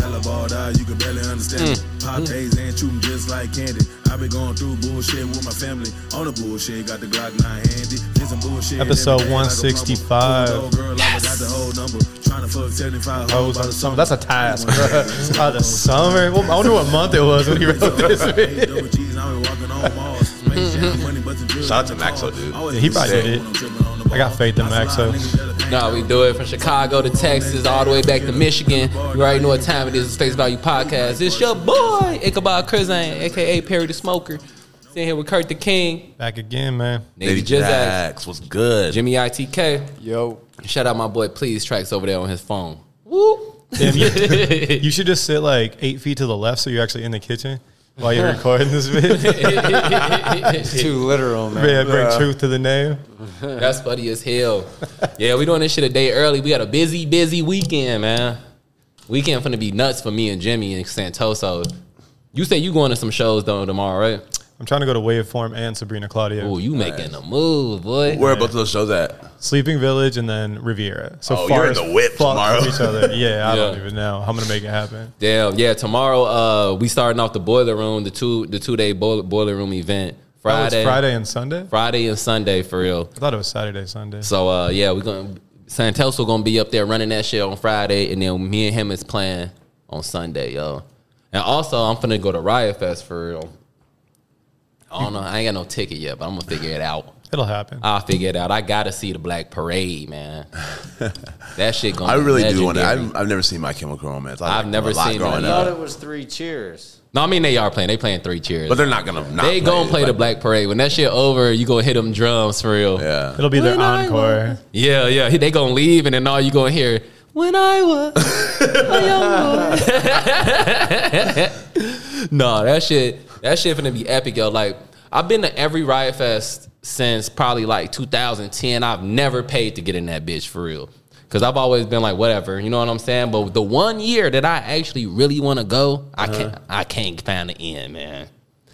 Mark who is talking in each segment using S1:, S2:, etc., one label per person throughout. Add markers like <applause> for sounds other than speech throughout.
S1: Hella balled out, you can barely understand it.
S2: Mm.
S1: Pop days ain't shooting just like candy. I been going through bullshit with my family. On the bullshit, got the Glock 9 handy. Did some bullshit
S2: Episode
S1: every day like a
S2: 165.
S1: rumble. Old girl, I forgot the whole number. Tryna fuck 75 hoes
S2: Hoes
S1: by the
S2: on the
S1: summer.
S2: summer. That's a
S1: <laughs>
S2: task. <laughs> bruh. By the summer. Well, I wonder what month it was when he wrote this. man.
S1: Double G's, now we walking on Mars. Space Jam, money, but the drill
S3: Shout out
S1: ain't tall.
S3: to Maxo, dude.
S1: Always
S2: He probably
S1: sick
S2: did it.
S1: when I'm tripping on the
S2: I got faith in
S1: ball. I slide
S2: Maxo.
S1: niggas that I
S4: No, we do it from Chicago to Texas, all the way back to Michigan. You already know what time it is. It's Face Value Podcast. It's your boy, Ichabod Krizan, aka Perry the Smoker. Sitting here with Kurt the King,
S2: Back again, man.
S3: Lady
S4: Nady Jizak,
S3: Jax was good.
S4: Jimmy ITK.
S5: Yo,
S4: Shout out my boy Please Tracks over there on his phone. <laughs> Whoop.
S2: Damn, you, <laughs> you should just sit like eight feet to the left so you're actually in the kitchen while <laughs> you're recording this <laughs> video.
S5: it's too literal, man.
S2: Yeah, bring truth to the name.
S4: That's funny as hell. Yeah, we doing this shit a day early. We got a busy, busy weekend, man. Weekend finna be nuts for me and Jimmy and Santoso. You say you going to some shows though tomorrow, right?
S2: I'm trying to go to Waveform and Sabrina Claudia.
S4: Oh, you making a move, boy.
S3: Where are both of those shows at?
S2: Sleeping Village and then Riviera. So
S3: Oh,
S2: far
S3: you're in
S2: as
S3: the whip
S2: fuck
S3: tomorrow.
S2: from each other. <laughs> Yeah, I don't
S4: Yeah.
S2: even know. I'm gonna make it happen.
S4: Damn, yeah. Tomorrow, uh, we starting off the boiler room, the two the two day boiler, boiler room event.
S2: Oh, it's
S4: Friday,
S2: Friday and Sunday.
S4: Friday and Sunday for real.
S2: I thought it was Saturday, Sunday.
S4: So uh, yeah, we're gonna Santelso gonna be up there running that shit on Friday, and then me and him is playing on Sunday, yo. And also, I'm finna go to Riot Fest for real. I don't know. I ain't got no ticket yet, but I'm gonna figure it out.
S2: It'll happen.
S4: I'll figure it out. I gotta see the Black
S3: <laughs>
S4: Parade, man. that shit gonna.
S3: I
S4: be
S3: really do want to.
S4: legendary.
S3: I've, I've never seen My Chemical Romance. I
S4: I've
S3: liked them
S4: never
S3: a lot
S4: seen
S3: growing
S4: it.
S5: I thought
S3: up.
S5: it was three cheers.
S4: No, I mean they are playing. They playing three cheers.
S3: But they're not gonna. Not
S4: They gonna
S3: it.
S4: play the
S3: Like,
S4: Black Parade when that shit over. You gonna hit them drums for real.
S3: Yeah.
S2: It'll be their
S4: When I
S2: encore.
S4: yeah, yeah. He- They gonna leave, and then all you gonna hear when I was a young boy. <laughs> no, that shit. That shit finna be epic, yo. Like I've been to every Riot Fest since probably like 2010. I've never paid to get in that bitch for real. Cause I've always been like whatever, you know what I'm saying. But the one year that I actually really want to go, I can't. I can't find the end, man.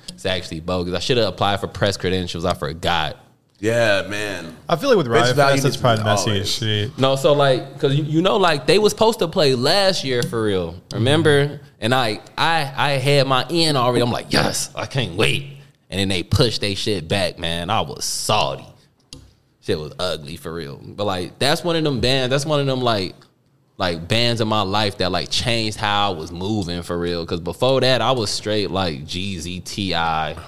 S4: It's actually bogus. I should have applied for press credentials. I forgot.
S3: Yeah, man.
S2: I feel like with Riot Fest,
S3: value
S2: it's
S3: needs to
S2: probably
S3: be
S2: messy
S3: always.
S2: as shit.
S4: No, so like, cause you, you know, like they was supposed to play last year for real. Remember? And I, I, I had my in already. I'm like, yes, I can't wait. And then they pushed they shit back, man. I was salty. Shit was ugly for real. But like, that's one of them bands. That's one of them like, like bands in my life that like changed how I was moving for real. Cause before that, I was straight like <laughs> GZTI.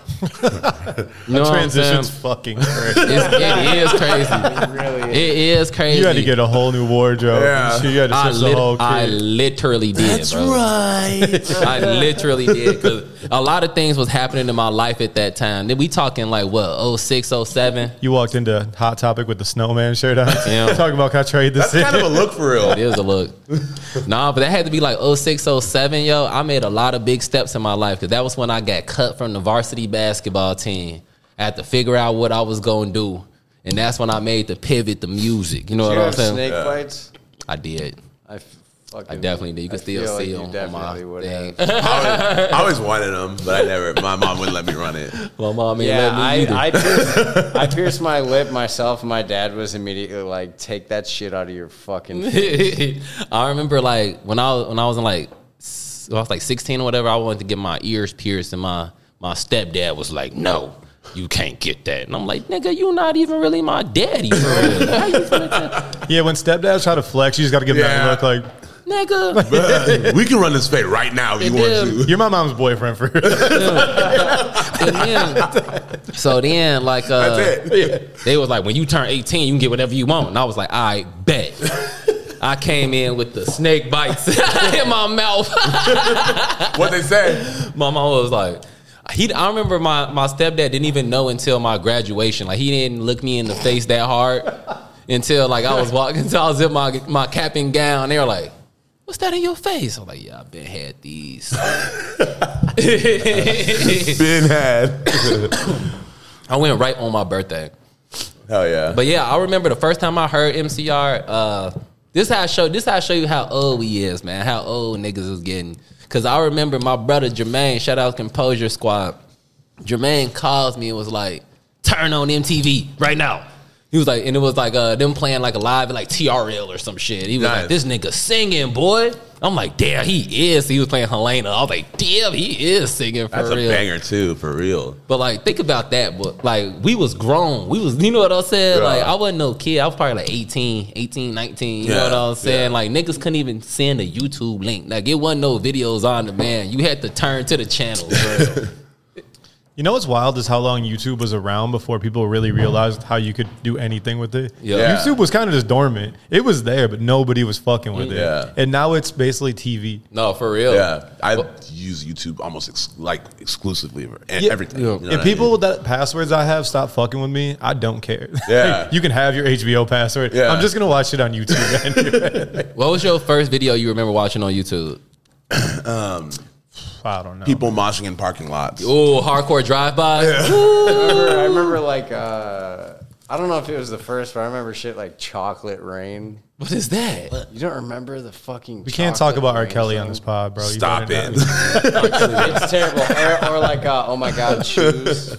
S4: you know what I'm saying?
S2: Transition's
S4: <laughs>
S2: fucking crazy.
S4: It's, it is crazy.
S5: It really is.
S4: It is crazy.
S2: You had to get a whole new wardrobe.
S3: Yeah.
S2: You had
S4: I,
S2: to switch the
S4: lit-
S2: whole kit.
S4: I literally did. That's <laughs>
S3: right.
S4: I literally did because a lot of things was happening in my life at that time. Then we talking like what 06, 07?
S2: you walked into Hot Topic with the snowman shirt on. <laughs>
S4: Yeah.
S2: Talking about can I trade this
S3: That's kind of a
S2: in?
S3: look for real.
S4: It is a look. nah, but that had to be like 06, 07, yo. I made a lot of big steps in my life because that was when I got cut from the varsity basketball team. I had to figure out what I was gonna do, and that's when I made the pivot to music. You know
S5: Do
S4: what
S5: you
S4: I'm
S5: have
S4: saying?
S5: snake bites?
S4: I did.
S5: I f- fucking.
S4: I definitely did. You can
S5: I
S4: still
S5: feel like
S4: see
S5: you
S4: on, on my
S5: definitely would
S4: thing.
S3: I
S4: <laughs>
S3: always, I always wanted them, but I never. My mom wouldn't let me run it.
S4: <laughs> my mom ain't
S5: Yeah,
S4: let me either.
S5: I, I,
S4: <laughs>
S5: pierced, I pierced my lip myself. My dad was immediately like, "Take that shit out of your fucking." face."
S4: <laughs> I remember like when I was, when I was in like s- when I was like 16 or whatever, I wanted to get my ears pierced, and my my stepdad was like, "No, you can't get that." And I'm like, "Nigga, you not even really my daddy, for real. How you finna tell- <laughs>
S2: <laughs> yeah, when stepdads try to flex, you just got to give them
S3: Yeah.
S2: that look like,
S4: nigga."
S3: we can run this fade right now if you want
S4: Yeah.
S3: to.
S2: you're my mom's boyfriend for
S4: And then- so then, like,
S3: <laughs>
S4: uh,
S3: That's it.
S4: they was like, "When you turn 18, you can get whatever you want." And I was like, "I bet." I came in with the snake bites <laughs> in my mouth.
S3: What they say?
S4: my mom was like he I remember my my stepdad didn't even know until my graduation. Like he didn't look me in the face that hard until like I was walking <laughs> until I was in my my cap and gown. They were like, What's that in your face? I'm like, Yeah, I've been had these. <laughs> I
S3: Ben had.
S4: went right on my birthday.
S3: Hell yeah.
S4: But yeah, I remember the first time I heard MCR. Uh, this how I show. This how I show you how old we is, man. How old niggas is getting. Cause I remember my brother Jermaine. Shout out Composure Squad. Jermaine calls me and was like, "Turn on MTV right now." He was like, and it was like uh, them playing like a live at like TRL or some shit. He was like,
S3: Nice.
S4: this nigga singing, boy. I'm like, damn, he is. He was playing Helena. I was like, damn, he is singing for
S3: That's
S4: real.
S3: a banger too, for real.
S4: But like, think about that. But like, we was grown. We was, you know what I'm saying?
S3: Yeah.
S4: Like, I wasn't no kid. I was probably like 18, 18, 19. You know
S3: Yeah,
S4: what I'm saying?
S3: yeah.
S4: Like, niggas couldn't even send a YouTube link. Like, it wasn't no videos on demand. You had to turn to the channel. bro.
S2: <laughs> You know what's wild is how long YouTube was around before people really realized how you could do anything with it.
S4: Yeah.
S3: Yeah.
S2: YouTube was kind of just dormant. It was there, but nobody was fucking with
S3: Yeah.
S2: it. And now it's basically TV.
S4: no, for real.
S3: Yeah, I use YouTube almost ex- like exclusively for e-
S2: Yeah.
S3: everything.
S4: Yeah.
S3: You know what
S2: if
S3: I
S2: people
S3: mean?
S2: with that passwords I have stop fucking with me, I don't care.
S3: Yeah.
S2: <laughs> you can have your HBO password.
S3: Yeah.
S2: I'm just gonna watch it on YouTube. anyway.
S4: What was your first video you remember watching on YouTube?
S2: I don't know.
S3: people moshing in parking lots.
S4: Oh, hardcore drive by.
S5: I remember, I remember like uh, I don't know if it was the first, but I remember shit like Chocolate Rain.
S4: What is that?
S5: You don't remember the fucking.
S2: we can't talk about R. Kelly on this pod, bro. You
S3: Stop
S2: better
S3: it.
S2: not.
S4: <laughs>
S5: It's terrible. Or, or like, uh, oh my
S4: <laughs>
S5: god, shoes,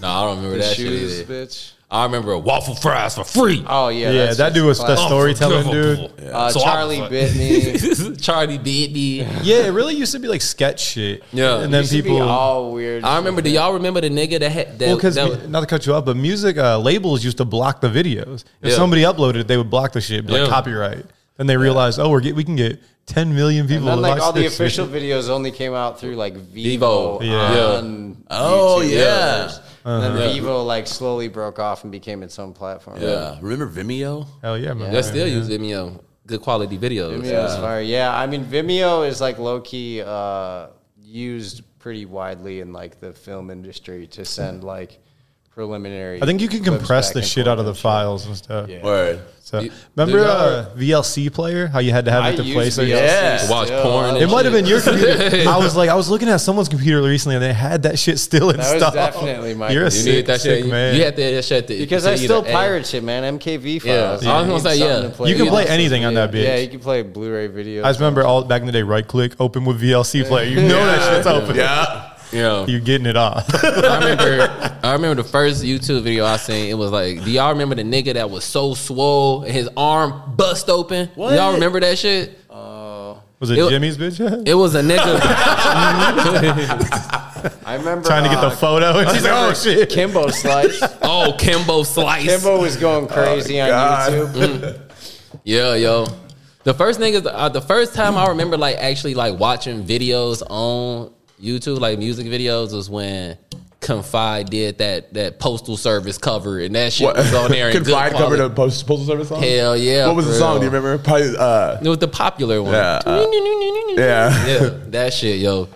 S4: No, I don't remember
S5: The
S4: that
S5: shoes,
S4: shit. Either.
S5: bitch.
S4: I remember <laughs> waffle fries for free.
S5: Oh yeah,
S2: Yeah,
S5: that's
S2: that
S5: just
S2: dude was the
S5: classic.
S2: Uh, storytelling dude.
S4: Unforgivable.
S5: Uh,
S4: So I-
S5: Charlie bit
S2: <laughs>
S5: me.
S4: Charlie did me.
S2: Yeah, it really used to be like sketch shit.
S4: Yeah.
S2: and then
S5: Used to be
S2: people.
S5: all weird.
S4: I remember. Do
S5: shit.
S4: y'all remember the nigga that had that?
S2: Well, because
S4: that-
S2: not to cut you off, but music uh, labels used to block the videos. If
S4: Yeah.
S2: somebody uploaded it, they would block the shit, be like
S4: Yeah.
S2: copyright. Then they realized, oh, we're get, we can get 10 million people.
S5: And then
S2: to
S5: like
S2: watch
S5: all the
S2: this
S5: official
S2: shit.
S5: videos only came out through like Vivo,
S4: Vivo.
S2: Yeah. Uh-huh.
S5: on
S3: Oh,
S5: YouTube.
S3: yeah.
S5: And then
S4: Yeah.
S5: Vivo like slowly broke off and became its own platform.
S3: Yeah, remember <laughs> Vimeo?
S2: Hell yeah, man.
S4: I still use Vimeo. Good quality videos. Uh,
S5: Vimeo
S4: Yeah.
S5: is fire. Yeah, I mean Vimeo is like low key uh, used pretty widely in like the film industry to send like preliminary.
S2: I think you can
S5: clips
S2: compress
S5: back
S2: the
S5: and
S2: shit
S5: forth
S2: out of the
S5: and shit.
S2: files and stuff.
S5: Yeah.
S3: Word.
S2: So
S4: You-
S2: remember
S4: Dude,
S2: uh, VLC player? How you had to have
S5: I
S2: it to play
S5: use
S2: certain
S5: VLC
S3: Yeah.
S5: still.
S4: Watch porn
S2: It
S4: and
S2: might have been your
S4: <laughs>
S2: computer.
S4: Shit.
S2: I was like, I was looking at someone's computer recently, and they had that shit still
S5: was
S2: installed.
S5: definitely my
S2: You're a
S4: You
S2: sick,
S4: need that
S2: sick
S4: shit. You-
S2: man.
S4: You had to that shit to-
S5: Because
S4: to
S5: I still
S4: either A-
S5: pirate shit, man. MKV files.
S4: Yeah. I was gonna
S5: need
S4: say,
S5: something
S4: yeah.
S5: to play
S2: You can play
S5: with.
S2: anything on that bitch.
S5: Yeah, you can play Blu-ray video.
S2: I just remember all back in the day, right click, open with VLC player. You know that shit's open.
S3: Yeah.
S4: Yeah.
S2: You're getting it off. <laughs>
S4: I remember I remember the first YouTube video I seen, it was like, do y'all remember the nigga that was so swole and his arm bust open?
S3: What?
S4: Y'all remember that shit?
S2: Was it,
S4: It-
S2: Jimmy's bitch? <laughs>
S4: It was a
S5: <laughs>
S4: nigga.
S5: I remember
S2: Trying to get the
S5: uh,
S2: photo,
S3: <laughs>
S2: and she's like, "Oh shit!"
S5: Kimbo Slice.
S4: oh, Kimbo Slice.
S5: <laughs> Kimbo was going
S4: Oh,
S5: crazy on
S3: God.
S5: YouTube.
S4: Mm, Yeah, yo. The first niggas, uh, the first time I remember like actually like watching videos on YouTube, like music videos, was when Confide did that that postal service cover, and that shit was on there. in
S3: <laughs>
S4: good
S3: Confide
S4: quality.
S3: covered a post, postal service song.
S4: Hell yeah,
S3: What was the
S4: for
S3: song?
S4: real.
S3: Do you remember? Probably. Uh,
S4: It was the popular one.
S3: Yeah, uh, yeah.
S4: <laughs> Yeah, that shit, yo.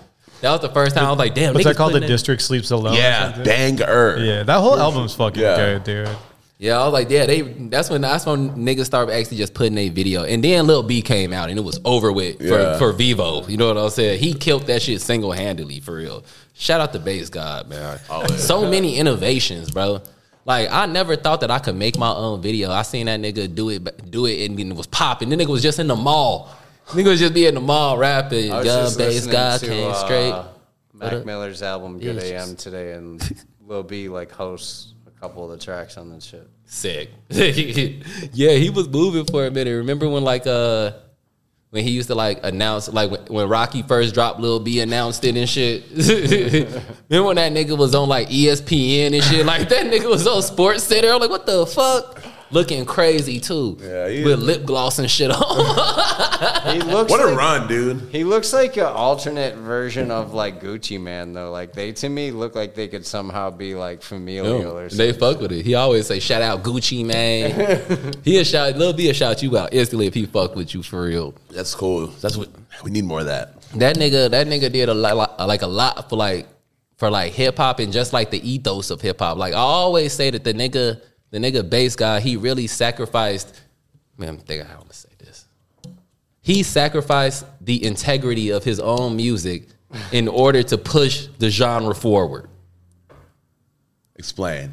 S4: That was the first time I was like, damn.
S2: What's
S4: niggas
S2: that called? The
S4: putting in-
S2: district sleeps alone. or
S3: yeah.
S2: something?
S3: Banger.
S2: yeah. That whole album's fucking
S3: Yeah.
S2: good, dude.
S4: Yeah, I was like, yeah, they. That's when that's when niggas started actually just putting a video, and then Lil B came out, and it was over with for,
S3: Yeah.
S4: for Vivo. You know what I'm saying? He killed that shit single handedly for real. Shout out to Bass God, man. so many innovations, bro. Like I never thought that I could make my own video. I seen that nigga do it, do it, and then it was popping. The nigga was just in the mall. Nigga was just be in the mall rapping.
S5: I was
S4: Young
S5: just
S4: Bass
S5: listening
S4: God
S5: to,
S4: came
S5: uh,
S4: straight.
S5: Mac Miller's album Good
S4: Yeah,
S5: AM today, and Lil B like hosts a couple of the tracks on
S4: <laughs>
S5: that shit.
S4: Sick. yeah, he was moving for a minute. Remember when like uh when he used to like announce like when, when Rocky first dropped Lil B announced it and shit. <laughs> Remember when that nigga was on like E ESPN and shit? Like that nigga was on Sports Center. I'm like, what the fuck? Looking crazy too.
S3: Yeah, he-
S4: with lip gloss and shit on.
S5: He looks
S3: What a
S5: like,
S3: run, dude.
S5: He looks like an alternate version of like Gucci Man though. Like they to me look like they could somehow be like familial or something.
S4: they fuck with it. He always say shout out Gucci man.
S3: <laughs>
S4: He'll shout Lil B will shout you out instantly if he fuck with you for real.
S3: That's cool. That's what we need more of that.
S4: That nigga, that nigga did a lot, like a lot for like for like hip hop and just like the ethos of hip hop. Like I always say that the nigga, the nigga bass guy, he really sacrificed. Man, I'm thinking I want to say this. He sacrificed the integrity of his own music in order to push the genre forward.
S3: Explain.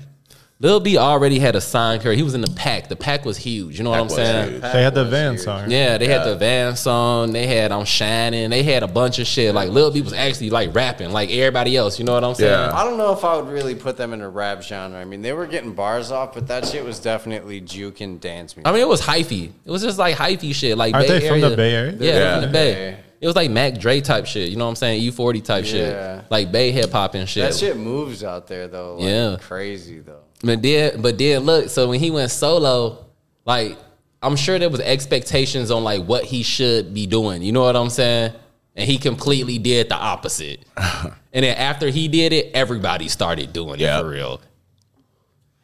S4: Lil B already had a signed career. He was in the pack. The pack was huge. You know what I'm
S3: was
S4: saying?
S3: huge.
S2: They had the van song.
S4: Yeah, they had the Van song. They had I'm Shining. They had a bunch of shit. Like Lil B was actually like rapping like everybody else. You know what I'm saying?
S3: Yeah.
S5: I don't know if I would really put them in a rap genre. I mean, they were getting bars off, but that shit was definitely juke and dance music.
S4: I mean, it was hyphy. It was just like hyphy shit. Like
S2: Aren't they from the Bay Area?
S4: Yeah, they're from
S3: Yeah.
S4: the Bay.
S5: Yeah.
S4: It was like Mac Dre type shit. You know what I'm saying? E40 type
S5: Yeah.
S4: shit. Like Bay hip hop and shit.
S5: that shit moves out there though. Like,
S4: Yeah.
S5: crazy though.
S4: But then, but then look. So when he went solo, like I'm sure there was expectations on like what he should be doing. You know what I'm saying? And he completely did the opposite. and then after he did it, everybody started doing
S3: Yeah.
S4: it for real.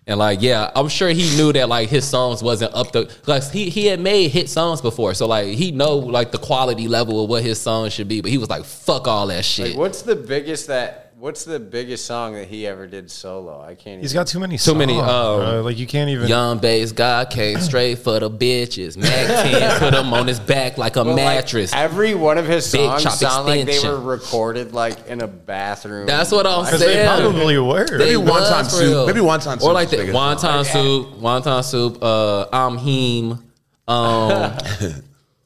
S4: And like, yeah, I'm sure he knew that like his songs wasn't up to like he he had made hit songs before, so like he know like the quality level of what his songs should be. But he was like, fuck all that shit.
S5: Like, what's the biggest that? What's the biggest song that he ever did solo? I can't.
S2: He's
S5: even,
S2: got too many.
S4: Too many,
S2: songs,
S4: um,
S2: bro. like you can't even.
S4: Young bass guy came straight for the bitches. Mac <laughs> 10 put him on his back like a
S5: But, like,
S4: mattress.
S5: every one of his
S4: Big
S5: songs
S4: chop
S5: sound like they were
S4: extension.
S5: recorded like in a bathroom.
S4: That's what I'm
S5: Like,
S2: Because they
S4: saying.
S2: probably were.
S4: They
S3: Maybe
S4: was
S3: wonton
S4: for
S3: soup.
S4: real.
S3: Maybe wonton
S4: Or
S3: soup's
S4: like
S3: the
S4: that.
S3: biggest
S4: Wonton soup. Wonton soup. Uh, I'm him. Um,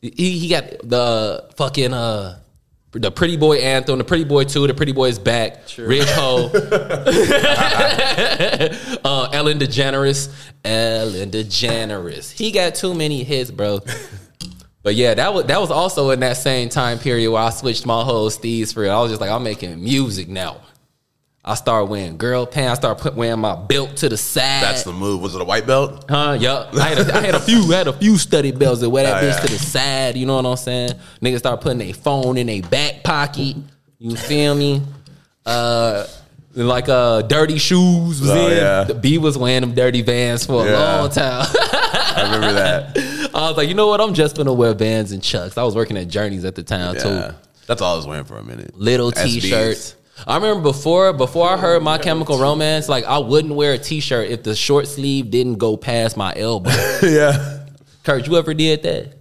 S4: he, he got the fucking uh, the pretty boy anthem. The pretty boy two. The pretty boy's back. Rich ho. uh, Ellen DeGeneres. Ellen DeGeneres. He got too many hits, bro. But yeah, that was that was also in that same time period where I switched my whole steez for it. I was just like, I'm making music now. I start wearing girl pants. I start put, wearing my belt to the side.
S3: That's the move. Was it a white belt?
S4: huh? Yup. I, had a- I had a few, I had a few study belts that wear that
S3: Oh,
S4: bitch
S3: yeah.
S4: to the side. You know what I'm saying? Niggas start putting their phone in their back pocket. You feel me? Uh, like uh, dirty shoes was
S3: Oh,
S4: in.
S3: yeah.
S4: The B was wearing them dirty Vans for a
S3: Yeah.
S4: long time. <laughs>
S3: I remember that.
S4: I was like, you know what? I'm just gonna wear Vans and Chucks. I was working at Journeys at the time
S3: Yeah.
S4: too.
S3: That's all I was wearing for a minute.
S4: Little
S3: SBs.
S4: T-shirts. I remember before before I heard My Chemical Romance, like I wouldn't wear a T-shirt if the short sleeve didn't go past my elbow.
S3: <laughs> yeah.
S4: Kurt, you ever did that?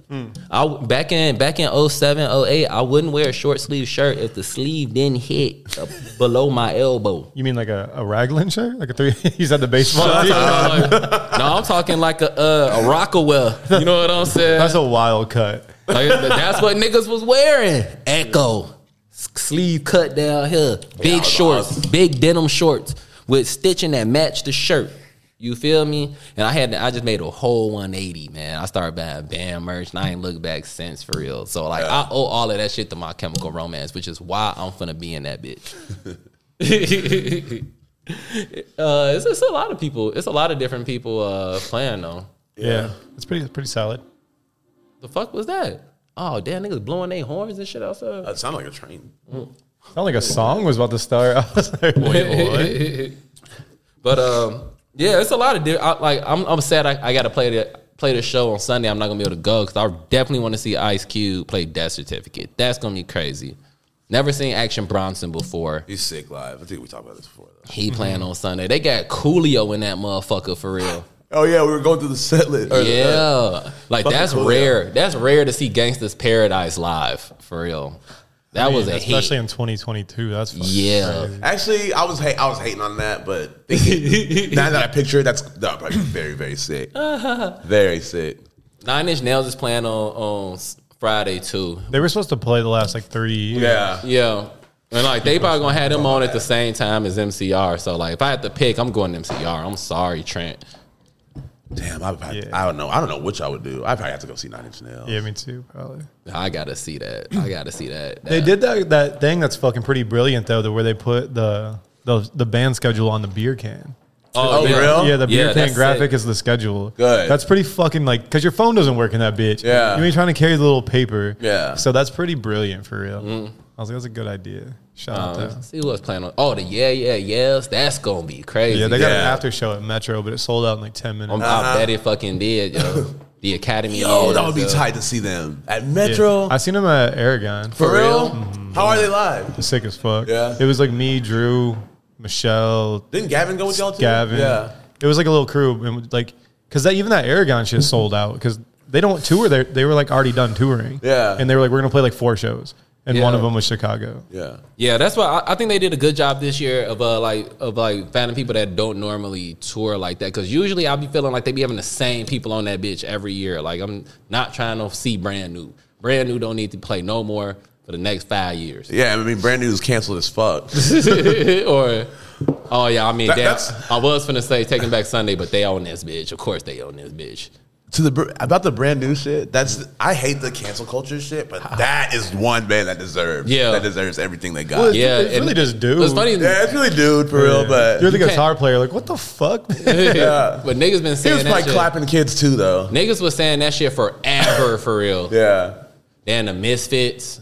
S4: I back in back in 07, 08, I wouldn't wear a short sleeve shirt if the sleeve didn't hit uh, below my elbow.
S2: You mean like a, a raglan shirt? Like a three? <laughs> He's at the baseball. team?
S4: no, I'm talking like a uh, a Rockawell. <laughs> You know what I'm
S2: <laughs>
S4: saying?
S2: That's a wild cut.
S4: Like, th- that's what niggas was wearing. Echo. S- Sleeve cut down here. Big
S3: was
S4: shorts. Big denim shorts with stitching that matched the shirt. You feel me? And I had I just made a whole 180, man. I started buying band merch and I ain't looked back since for real. So like I owe all of that shit to my chemical romance, which is why I'm finna be in that bitch. <laughs> uh, it's, it's a lot of people. It's a lot of different people uh, playing though.
S2: Yeah. it's pretty pretty solid.
S4: The fuck was that? Oh damn, niggas blowing their horns and shit outside.
S3: That sounded like a train.
S2: Sound like a song was about to start. <laughs> I was like, wait, what?
S4: <laughs> but um, yeah, it's a lot of di- I, like I'm I'm sad I, I got to play the play the show on Sunday. I'm not gonna be able to go because I definitely want to see Ice Cube play Death Certificate. That's gonna be crazy. Never seen Action Bronson before.
S3: He's sick live. I think we talked about this before. Though.
S4: He playing on Sunday. They got Coolio in that motherfucker for real.
S3: Oh yeah, we were going through the set list. or the-
S4: Yeah, like
S3: Uh, Fucking
S4: that's
S3: Coolio.
S4: rare. That's rare to see Gangsta's Paradise live for real. That was a hit.
S2: especially in 2022. That's fucking
S4: Yeah.
S2: crazy.
S3: Actually, I was ha- I was hating on that, but
S2: <laughs>
S3: thinking, now that I picture it, that's no, probably very very sick, very sick.
S4: Nine Inch Nails is playing on on s- Friday too.
S2: They were supposed to play the last like three years.
S3: Yeah,
S4: Yeah. And like they probably gonna have them on at the same time as MCR. So like if I had to pick, I'm going MCR. I'm sorry, Trent.
S3: damn. I, would probably,
S2: Yeah.
S3: I don't know. I don't know which I would do. I probably have to go see Nine Inch Nails.
S2: Yeah, me too. Probably.
S4: I gotta see that. I gotta see that.
S2: They did that that thing that's fucking pretty brilliant though, that where they put the the the band schedule on the beer can.
S3: Oh,
S4: yeah.
S3: real?
S2: Yeah, the beer
S4: Yeah,
S2: can
S4: that's
S2: graphic
S4: sick.
S2: is the schedule.
S3: Good.
S2: That's pretty fucking like because your phone doesn't work in that bitch.
S3: Yeah.
S2: You ain't trying to carry the little paper.
S3: Yeah. Mm-hmm.
S2: So that's pretty brilliant for real. I was like, that's a good idea. Shout
S3: Oh,
S2: out to.
S4: Let's see what's playing on. Oh, the yeah, yeah, yes. That's gonna be crazy.
S2: Yeah, they got Uh-huh. an
S3: Yeah.
S2: after show at Metro, but it sold out in like ten minutes.
S4: I'm, I bet it fucking did, yo. the Academy.
S3: Yo, that
S4: is,
S3: would be
S4: uh,
S3: tight to see them at
S2: Yeah.
S3: Metro
S2: I seen them at Aragon.
S3: for real. Mm-hmm. How are they live?
S2: sick as fuck.
S3: Yeah.
S2: It was like me, Drew, Michelle,
S3: Didn't Gavin go with y'all too?
S2: Gavin.
S3: Yeah.
S2: It was like a little crew, and like because that even that Aragon <laughs> shit sold out because they don't tour. They they were like already done touring.
S3: Yeah.
S2: and they were like, we're gonna play like four shows. and one
S4: Yeah.
S2: of them was Chicago.
S3: Yeah.
S4: Yeah, that's why I, I think they did a good job this year of uh like of like finding people that don't normally tour like that because usually I'll be feeling like they be having the same people on that bitch every year. Like I'm not trying to see brand new. Brand new don't need to play no more for the next five years.
S3: Yeah, I mean, brand new is canceled
S2: <laughs>
S3: as fuck.
S4: <laughs> or oh yeah, I mean
S3: That-
S4: that's,
S3: that's-
S4: I was finna say taking back Sunday, but they own this bitch. Of course they own this bitch.
S3: to the br- about the brand new shit. That's I hate the cancel culture shit, but
S2: <laughs>
S3: that is one band that deserves.
S4: Yeah.
S3: that deserves everything they got.
S2: Well,
S4: Yeah,
S2: it's really just dude.
S4: It's funny,
S3: yeah, it's really dude for real. But
S2: You're the
S4: can't-
S2: guitar player. Like, what the
S4: <laughs>
S2: fuck? <laughs> man?
S4: but niggas been
S3: he
S4: saying
S3: was
S4: that
S3: probably
S4: shit.
S3: clapping kids too, though.
S4: Niggas was saying that shit forever for real.
S3: Yeah,
S4: Then the Misfits.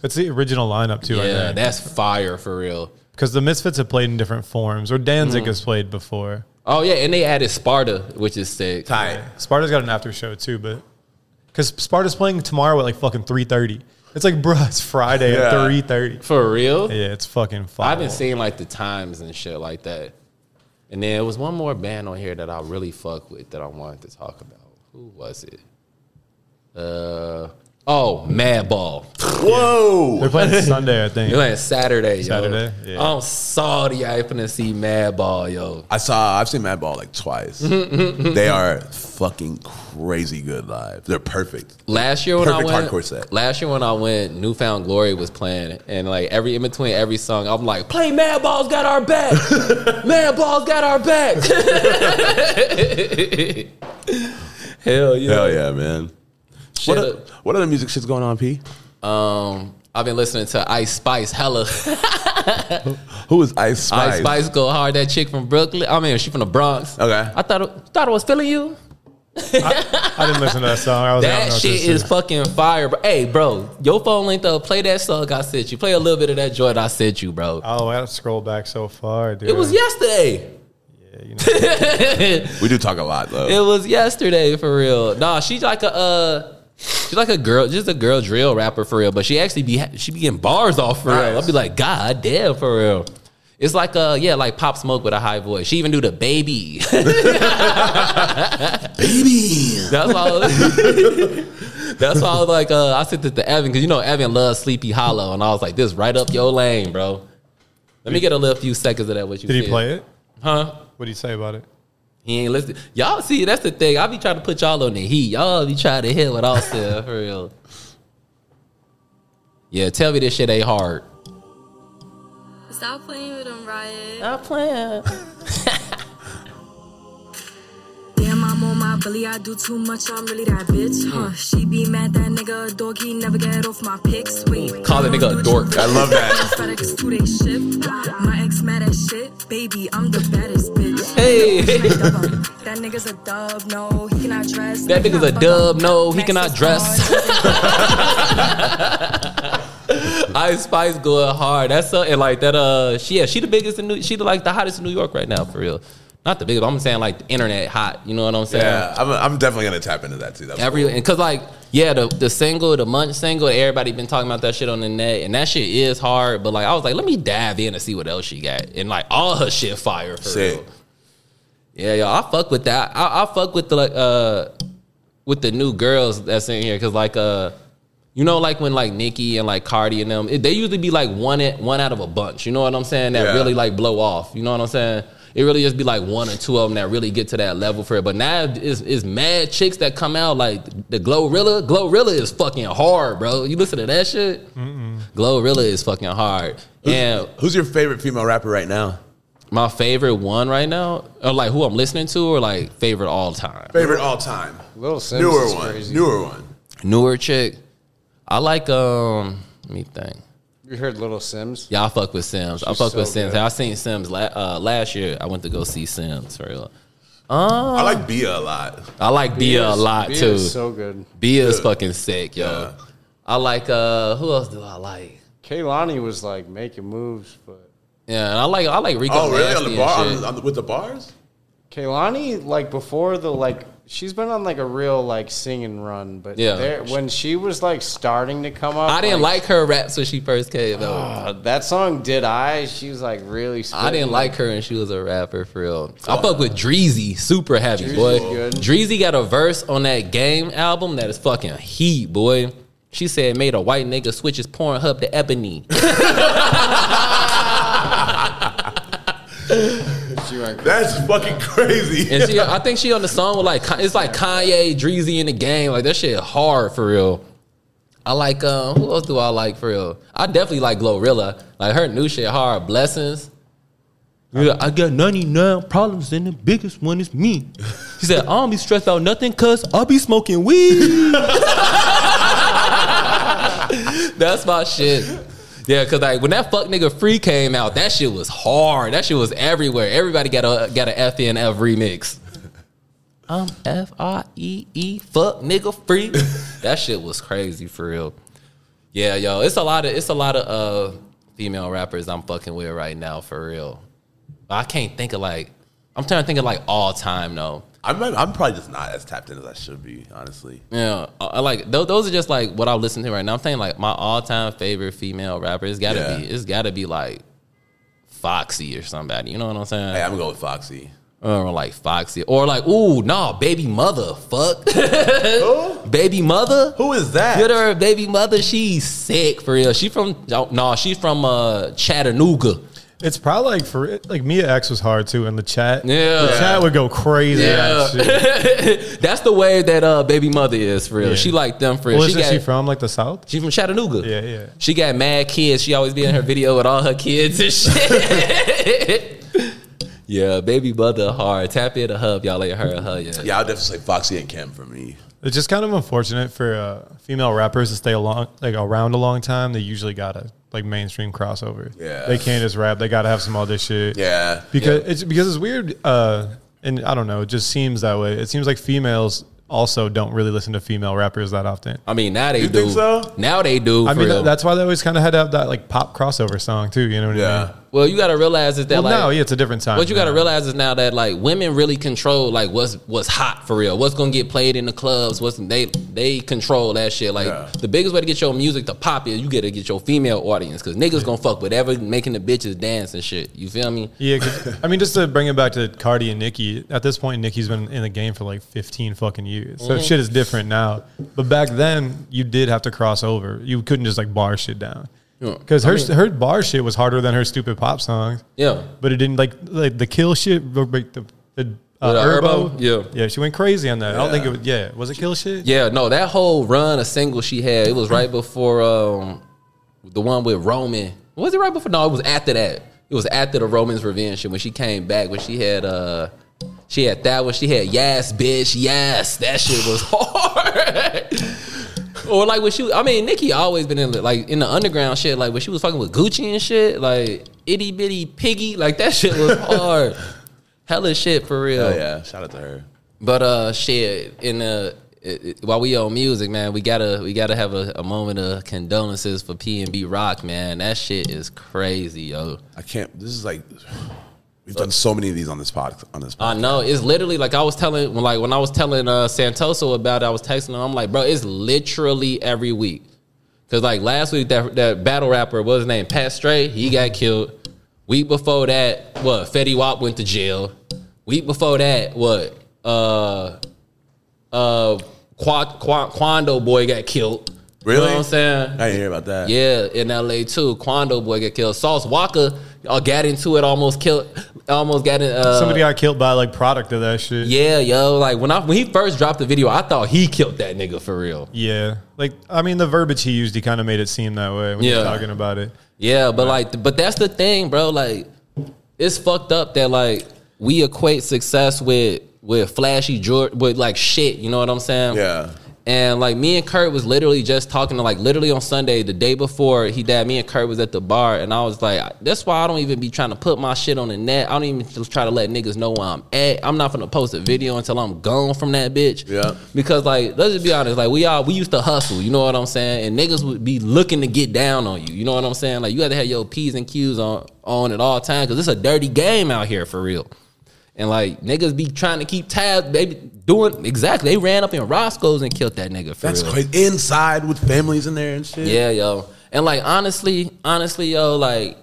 S2: That's the original lineup too.
S4: Yeah,
S2: I think
S4: that's fire for real.
S2: because the Misfits have played in different forms, or
S4: Mm.
S2: Danzig has played before.
S4: Oh yeah, and they added Sparta, which is sick.
S3: tight.
S2: Sparta's got an after show too, but because Sparta's playing tomorrow at like fucking three thirty. It's like, bruh, it's Friday
S3: Yeah.
S2: at three thirty.
S4: For real?
S2: Yeah, it's fucking fire.
S4: I've been seeing like the times and shit like that. And then it was one more band on here that I really fuck with that I wanted to talk about. Who was it? Uh oh, Madball.
S3: Whoa,
S2: They're playing Sunday, I think.
S4: It was Saturday,
S2: Saturday,
S4: yo.
S2: yeah.
S4: I'm salty. I finna see Madball, yo.
S3: I saw. I've seen Madball like twice.
S4: <laughs>
S3: they are fucking crazy good live. They're perfect.
S4: Last year when
S3: Perfect
S4: I went,
S3: hardcore set.
S4: last year when I went, Newfound Glory was playing, and like every in between every song, I'm like, "Play Madball's got our back, Madball's got our back." Hell yeah!
S3: Hell yeah, man.
S4: Shit
S3: What, o- what other music shit's going on, P?
S4: Um, I've been listening to Ice Spice hella. <laughs>
S3: Who is Ice Spice?
S4: Ice Spice go hard. That chick from Brooklyn. I mean, she from the Bronx.
S3: Okay.
S4: I thought it, thought it was feeling you.
S2: I didn't listen to that song. I was like, I don't
S4: That
S2: know what
S4: shit
S2: this
S4: is fucking fire, bro. Hey, bro, your phone linked up. Play that song I sent you. Play a little bit of that joint I sent you, bro.
S2: Oh, I gotta scroll back so far, dude.
S4: It was yesterday.
S2: Yeah, you know,
S4: <laughs>
S3: we do talk a lot though.
S4: It was yesterday for real. Nah, she's like a uh, she's like a girl, just a girl drill rapper for real. But she actually be she be getting bars off for real.
S3: Nice.
S4: I'd be like, God damn, for real. It's like uh yeah, like pop smoke with a high voice. She even do the baby. <laughs>
S3: Baby,
S4: That's why. I was, <laughs> that's why I was like, uh, I sent it to Evan because you know Evan loves Sleepy Hollow, and I was like, this right up your lane, bro. Let me get a little few seconds of that. What you
S2: did he
S4: said.
S2: play it?
S4: Huh?
S2: What do you say about it?
S4: He ain't listen. Y'all see, that's the thing. I be trying to put y'all on the heat. Y'all be trying to hit what I said for <laughs> real. Yeah, tell me this shit ain't hard.
S6: Stop playing with them, Riot.
S4: I'm playing.
S6: <laughs> Damn, I'm on my belly. I do too much. I'm really that bitch.
S4: Hmm.
S6: Huh? She be mad that nigga a dog. He never get off my pics. Wait,
S4: Hmm. Call the nigga a dork.
S3: I love that.
S4: <laughs>
S6: FedEx two day shift. My ex mad at shit. Baby, I'm the baddest bitch.
S4: Hey.
S6: that nigga's a dub. No, he cannot dress.
S4: That nigga's a dub. No, he
S6: Max
S4: cannot
S6: is
S4: dress.
S6: hard.
S4: <laughs> Ice Spice going hard. That's uh, and like that. Uh, she yeah, she the biggest in New. She the, like the hottest in New York right now for real. Not the biggest. but I'm saying like the internet hot. You know what I'm saying?
S3: Yeah, I'm, I'm definitely gonna tap into that too. That's
S4: Every and cause like yeah, the the single, the month single, everybody been talking about that shit on the net, and that shit is hard. But like I was like, let me dive in and see what else she got, and like all her shit fire for
S3: Sick.
S4: real. Yeah, yo, I fuck with that. I, I fuck with the like uh with the new girls that's in here because like uh you know like when like Nicki and like Cardi and them it, they usually be like one at, one out of a bunch. You know what I'm saying? That
S3: Yeah.
S4: really like blow off. You know what I'm saying? It really just be like one or two of them that really get to that level for it. But now it's, it's mad chicks that come out like the Glorilla. Glorilla is fucking hard, bro. You listen to that shit? Glorilla is fucking hard. And
S3: Who's your favorite female rapper right now?
S4: my favorite one right now, or like who I'm listening to, or like favorite all time.
S3: Favorite all time.
S5: Little Sims
S3: Newer
S5: is
S3: one.
S5: crazy.
S3: Newer one.
S4: newer chick. I like um. Let me think.
S5: You heard Little Sims?
S4: Yeah, I fuck with Sims. I
S5: She's
S4: fuck with
S5: so
S4: Sims.
S5: good.
S4: I seen Sims la- uh, last year. I went to go see Sims for real.
S3: I
S4: Oh.
S3: like Bia a lot.
S4: I like Bia, a
S5: Beer's-
S4: lot
S5: Beer
S4: too.
S5: Is so good.
S4: Bia is fucking sick, yo.
S3: Yeah.
S4: I like uh. Who else do I like?
S5: Kaylani was like making moves, but
S4: Yeah, and I like I like Rico.
S3: Oh, really? On
S4: Nasty
S3: the
S4: and
S3: bar?
S4: shit.
S3: On the, on the, with the bars?
S5: Kaylani like before the like she's been on like a real like singing run, but
S4: Yeah.
S5: yeah, there, when she was like starting to come up,
S4: I didn't like her raps when she first came out.
S5: uh, that song. Did I? She was like really.
S4: I didn't like her and she was a rapper for real. I fuck with Dreezy, super heavy
S5: Dreezy
S4: boy.
S5: good.
S4: Dreezy got a verse on that game album that is fucking heat, boy. She said made a white nigga switch his Pornhub to Ebony.
S3: That's fucking crazy.
S4: And she, I think she on the song with like it's like Kanye, Dreezy in the game. Like that shit hard for real. I like um, who else do I like for real? I definitely like Glorilla. Like her new shit hard. Blessings. Yeah, I got 99 problems, and the biggest one is me. She said, I don't be stressed about nothing because I'll be smoking weed. <laughs> That's my shit. Yeah, cause like when that fuck nigga free came out, that shit was hard. That shit was everywhere. Everybody got a got a F E and F remix. I'm Um, F I E E fuck nigga free. <laughs> That shit was crazy for real. Yeah, yo, it's a lot of it's a lot of uh female rappers I'm fucking with right now for real. But I can't think of like I'm trying to think of like all time though.
S3: <laughs> I'm not, I'm probably just not as tapped in as I should be, honestly.
S4: Yeah, I, I like those. Those are just like what I'm listening to right now. I'm saying like my all time favorite female rapper. It's gotta
S3: Yeah.
S4: be. It's gotta be like Foxy or somebody. You know what I'm saying?
S3: Hey, I'm going with Foxy.
S4: Or like Foxy, or like ooh, nah, baby mother, fuck, <laughs> baby mother.
S3: Who is that?
S4: Get her baby mother. She's sick for real. She from no, nah, she's from uh Chattanooga.
S2: It's probably like for like Mia X was hard too in the chat.
S4: Yeah.
S2: the chat would go crazy.
S4: Yeah.
S2: Yeah,
S4: <laughs> That's the way that uh baby mother is for real.
S2: Yeah.
S4: She like them for real.
S2: well, isn't
S4: got-
S2: she from like the South?
S4: She from Chattanooga.
S2: Yeah, yeah.
S4: She got mad kids. She always be in her video with all her kids
S2: <laughs>
S4: and shit. yeah, baby mother hard. Tap in the hub, y'all ain't heard of her yet.
S3: Yeah, I'll definitely say Foxy and Kim for me.
S2: It's just kind of unfortunate for uh, female rappers to stay along like around a long time. They usually gotta like mainstream crossover.
S3: Yeah.
S2: they can't just rap. They gotta have some other shit.
S3: Yeah.
S2: because it's because it's weird. Uh, and I don't know. It just seems that way. It seems like females also don't really listen to female rappers that often.
S4: I mean, now they do.
S3: think so?
S4: Now they do.
S2: I
S4: for
S2: mean,
S4: real.
S2: that, that's why they always kind of had to have that like pop crossover song too. You know what I
S3: Yeah.
S2: mean?
S4: well, you gotta realize is that
S2: Well, no,
S4: like
S2: yeah, it's a different time.
S4: what you
S2: now.
S4: gotta realize is now that like women really control like what's what's hot for real. What's gonna get played in the clubs? What's they they control that shit. Like
S3: Yeah.
S4: the biggest way to get your music to pop is you gotta get your female audience because niggas gonna fuck whatever making the bitches dance and shit. You feel me?
S2: Yeah,
S4: <laughs>
S2: 'cause- I mean, just to bring it back to Cardi and Nicki. At this point, Nicki's been in the game for like 15 fucking years,
S4: Mm-hmm.
S2: so shit is different now. But back then, you did have to cross over. You couldn't just like bar shit down
S4: Yeah.
S2: because her her bar shit was harder than her stupid pop songs.
S4: Yeah.
S2: But it didn't like like the kill shit. The the, the uh,
S4: The
S2: Herbo,
S4: Herbo? Yeah.
S2: yeah, she went crazy on that. I don't think it
S3: Yeah.
S2: was. Yeah, was it kill shit?
S4: Yeah, no, that whole run of single she had, it was right before um the one with Roman. Was it right before? No, it was after that. It was after the Roman's Revenge shit when she came back when she had uh she had that one, she had yes, bitch, yes. That shit was <laughs> hard. or like when she I mean Nikki always been in the- like in the underground shit, like when she was fucking with Gucci and shit, like itty bitty piggy, like that shit
S3: <laughs>
S4: was hard. Hella shit for real.
S3: Oh, yeah. Shout out to her.
S4: But uh, shit, in uh, it, it- while we on music, man, we gotta we gotta have a, a moment of condolences for P and B Rock, man. That shit is crazy, yo.
S3: I can't. This is like. We've done so many of these on this pod. On this
S4: I
S3: pod.
S4: know it's literally like I was telling when like when I was telling uh Santoso about it, I was texting him. I'm like, bro, it's literally every week. Cause like last week that that battle rapper what was his name Pat Stray, he got killed. Week before that, what Fetty Wap went to jail. Week before that, what uh uh Qua, Qua, Quando boy got killed. You
S3: Really?
S4: know what I'm saying?
S3: I didn't hear about that.
S4: Yeah, in LA too. Quando boy got killed. Sauce Walker uh, got into it, almost killed, almost got in. Uh,
S2: Somebody got killed by like product of that shit.
S4: yeah, yo, like when I when he first dropped the video, I thought he killed that nigga for real.
S2: Yeah, like I mean, the verbiage he used, he kind of made it seem that way when
S4: Yeah.
S2: you're talking about it.
S4: Yeah, but like, but that's the thing, bro. Like, it's fucked up that like we equate success with with flashy jewelry, with like shit. You know what I'm saying?
S3: Yeah.
S4: And like me and Kurt was literally just talking to like literally on Sunday, the day before he died, me and Kurt was at the bar and I was like, that's why I don't even be trying to put my shit on the net. I don't even just try to let niggas know where I'm at. I'm not gonna post a video until I'm gone from that bitch.
S3: Yeah.
S4: Because like, let's just be honest, like we all we used to hustle, you know what I'm saying? And niggas would be looking to get down on you. You know what I'm saying? Like you gotta have your P's and Q's on on at all times, cause it's a dirty game out here for real. And like niggas be trying to keep tabs, they be doing exactly. They ran up in Roscoe's and killed that nigga. For
S3: That's
S4: real.
S3: crazy. Inside with families in there and shit.
S4: Yeah, yo. And like honestly, honestly, yo, like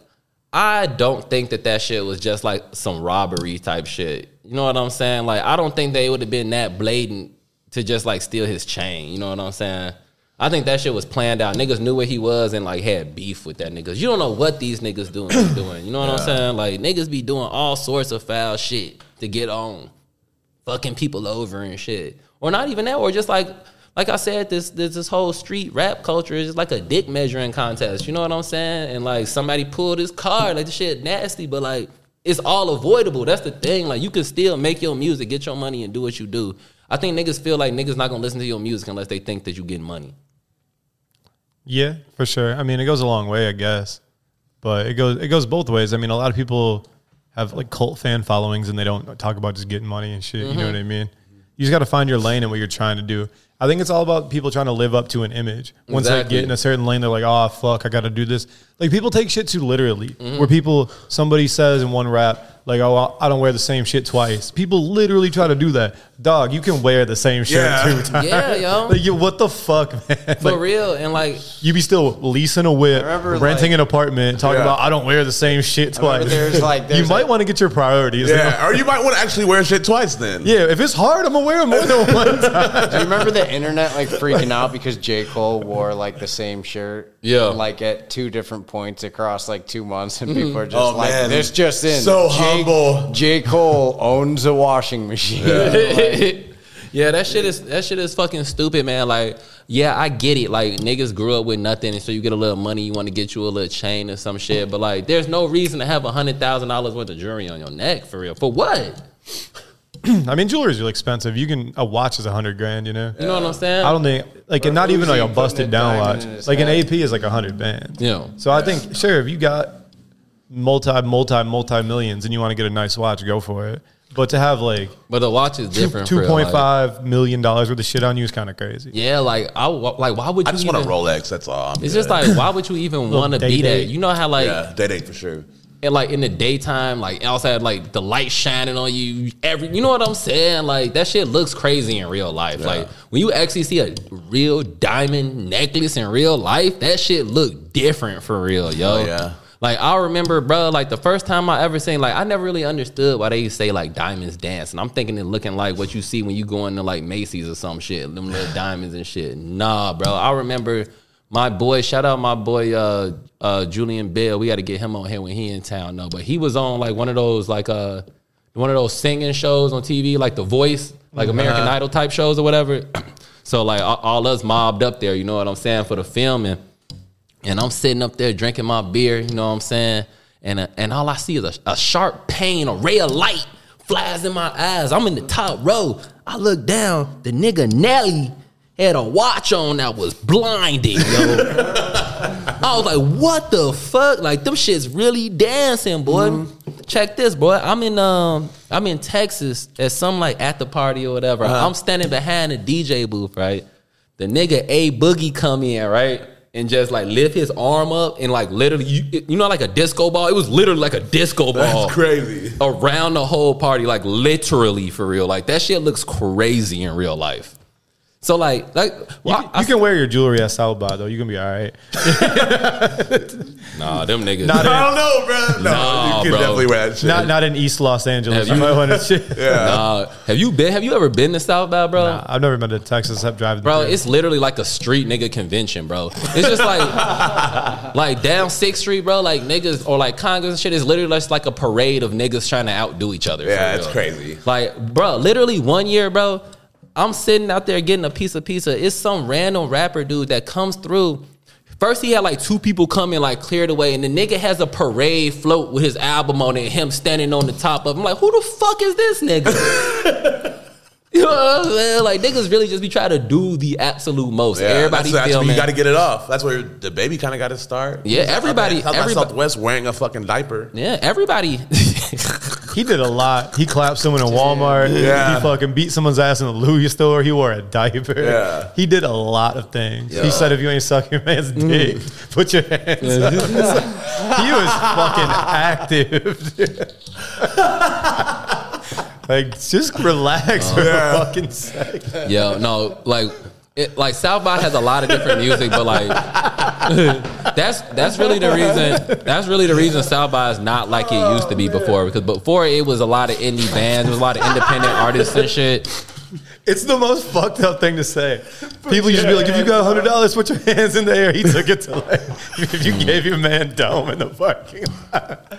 S4: I don't think that that shit was just like some robbery type shit. You know what I'm saying? Like I don't think they would have been that blatant to just like steal his chain. You know what I'm saying? I think that shit was planned out. Niggas knew where he was and like had beef with that niggas. You don't know what these niggas doing. doing. You know what I'm saying? Like niggas be doing all sorts of foul shit to get on, fucking people over and shit, or not even that, or just like. Like I said, this, this this whole street rap culture is just like a dick measuring contest. You know what I'm saying? And like somebody pulled his card, like the shit nasty, but like it's all avoidable. That's the thing. Like you can still make your music, get your money, and do what you do. I think niggas feel like niggas not gonna listen to your music unless they think that you getting money.
S2: Yeah, for sure. I mean, it goes a long way, I guess, but it goes it goes both ways. I mean, a lot of people have like cult fan followings, and they don't talk about just getting money and shit. You know
S4: Mm-hmm.
S2: what I mean? You just got to find your lane and what you're trying to do. I think it's all about people trying to live up to an image. Once they
S4: Exactly.
S2: get in a certain lane, they're like, "Oh fuck, I got to do this." Like people take shit too literally.
S4: Mm-hmm.
S2: Where people somebody says in one rap, like, "Oh, I don't wear the same shit twice." People literally try to do that. Dog, you can wear the same shirt
S3: Yeah.
S2: two times.
S4: Yeah, yo.
S2: Like, yo, what the fuck, <laughs> man?
S4: For
S2: Like,
S4: real. And like
S2: you be still leasing a whip,
S5: remember,
S2: renting an
S5: like-
S2: apartment, talking
S3: Yeah.
S2: about I don't wear the same shit
S5: remember
S2: twice.
S5: there's, like,
S2: you
S5: there's,
S2: might
S5: like-
S2: want to get your priorities.
S3: Yeah,
S4: <laughs>
S3: or you might want to actually wear shit twice then.
S2: Yeah, if it's hard, I'm gonna wear it more than <laughs> one time.
S5: Do you remember the internet like freaking out because J. Cole wore like the same shirt?
S4: Yeah.
S5: Like at two different points across like two months and people are just
S3: Oh,
S5: like,
S3: man.
S5: this just in.
S3: So
S5: J-
S3: humble.
S5: J. Cole owns a washing machine. <laughs>
S4: <laughs> yeah, that shit is that shit is fucking stupid, man. Like, yeah, I get it. Like niggas grew up with nothing, and so you get a little money, you want to get you a little chain or some shit. But like, there's no reason to have a hundred thousand dollars worth of jewelry on your neck for real. For what?
S2: I mean, jewelry's really expensive. You can a watch is a hundred grand. You know,
S4: You know what I'm saying?
S2: I don't think like
S5: Or
S2: and not even
S5: Uzi
S2: like a
S5: putting
S2: busted
S5: a
S2: down
S5: diamond
S2: watch.
S5: in his
S2: Like an
S5: hand.
S2: AP is like a hundred grand.
S4: Yeah.
S2: So I think sure if you got multi multi multi millions and you want to get a nice watch, go for it. But to have like
S4: but the watch is
S2: two
S4: different. for
S2: two
S4: real,
S2: point
S4: like-
S2: five million dollars worth of shit on you is kind of crazy.
S4: Yeah, like I wa- like why would you
S3: I just
S4: even,
S3: want a Rolex. That's all. I'm
S4: It's just like why would you even want to be
S2: day-date.
S4: that? You know how like
S3: yeah, that ain't for
S4: <laughs>
S3: sure.
S4: and like in the daytime, like outside, like the light shining on you, every you know what I'm saying? Like that shit looks crazy in real life. Like when you actually see a real diamond necklace in real life, that shit look different for real, yo.
S3: Oh, yeah.
S4: Like I remember, bro, like the first time I ever seen, like I never really understood why they say like diamonds dance, and I'm thinking it looking like what you see when you go into like Macy's or some shit, them little diamonds and shit. Nah, bro, I remember my boy. Shout out my boy uh, uh, Julian Bell. We got to get him on here when he in town, though. But he was on like one of those like uh one of those singing shows on TV, like The Voice, like American Idol type shows or whatever. <clears throat> so like all, all us mobbed up there, you know what I'm saying for the filming and I'm sitting up there drinking my beer, you know what I'm saying? And uh, and all I see is a, a sharp pain, a ray of light flies in my eyes. I'm in the top row. I look down, the nigga Nelly had a watch on that was blinding, yo. I was like, what the fuck? Like them shits really dancing, boy. Check this, boy. I'm in um I'm in Texas at some like at the party or whatever. I'm standing behind the DJ booth, right? The nigga A Boogie come in, right? And just like lift his arm up and like literally you, you know like a disco ball. It was literally like a disco
S3: That's
S4: ball
S3: crazy.
S4: around the whole party, like literally for real. Like that shit looks crazy in real life. So like like
S2: You,
S4: well,
S2: can,
S4: I-
S2: you can wear your jewelry at Salba though. You can be all right.
S4: nah them niggas
S2: Not
S3: I don't know, bro. No,
S4: Nah,
S3: you can
S4: bro.
S3: definitely wear that shit.
S2: Not not in East Los Angeles.
S4: Have
S2: You
S4: you-
S2: might want to shit.
S4: Nah, Uh, have you been? Have you ever been to South by, bro?
S2: I've never been to Texas except driving.
S4: Bro,
S2: through.
S4: it's literally like a street nigga convention, bro. It's just
S3: <laughs>
S4: like, like down Sixth Street, bro. Like niggas or like Congress and shit is literally just like a parade of niggas trying to outdo each other. for
S3: Yeah, it's
S4: real.
S3: crazy.
S4: Like, bro, literally one year, bro, I'm sitting out there getting a piece of pizza. It's some random rapper dude that comes through. First, he had like two people come and like clear the way, and the nigga has a parade float with his album on it, and him standing on the top of. Him. I'm like, who the fuck is this nigga?
S3: <laughs>
S4: <laughs> you know what I'm saying? Like niggas really just be trying to do the absolute most.
S3: Yeah, that's,
S4: Everybody
S3: that's where
S4: filming.
S3: you got to get it off. That's where the baby kind of got to start.
S4: Yeah, everybody-
S3: South by
S4: everybo-
S3: Southwest wearing a fucking diaper.
S4: yeah,
S3: <laughs>
S4: everybody. <laughs>
S2: he did a lot. He clapped someone in Walmart.
S3: Yeah.
S2: He fucking beat someone's ass in the Louis store. He wore a diaper.
S3: Yeah.
S2: He did a lot of things.
S3: Yeah.
S2: He said, "If you ain't suck your man's dick, put your hands." up. he was fucking active. dude. <laughs> like, just relax for a fucking second.
S4: Yo, no, like it, like South by has a lot of different music, but like <laughs> that's that's really the reason that's really the reason South by is not like it used to be before because before it was a lot of indie bands, it was a lot of independent artists and shit.
S2: It's the most fucked up thing to
S4: <laughs>
S2: say. People used to be like, if you got hundred dollars, put your hands in the air. He took it to like, <laughs> if you gave your man dome in the parking lot.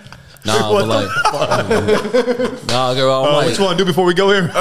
S4: Nah,
S2: What
S4: but like, <laughs> nah, girl. I'm
S2: Uh,
S4: like,
S2: what you want to do before we go here?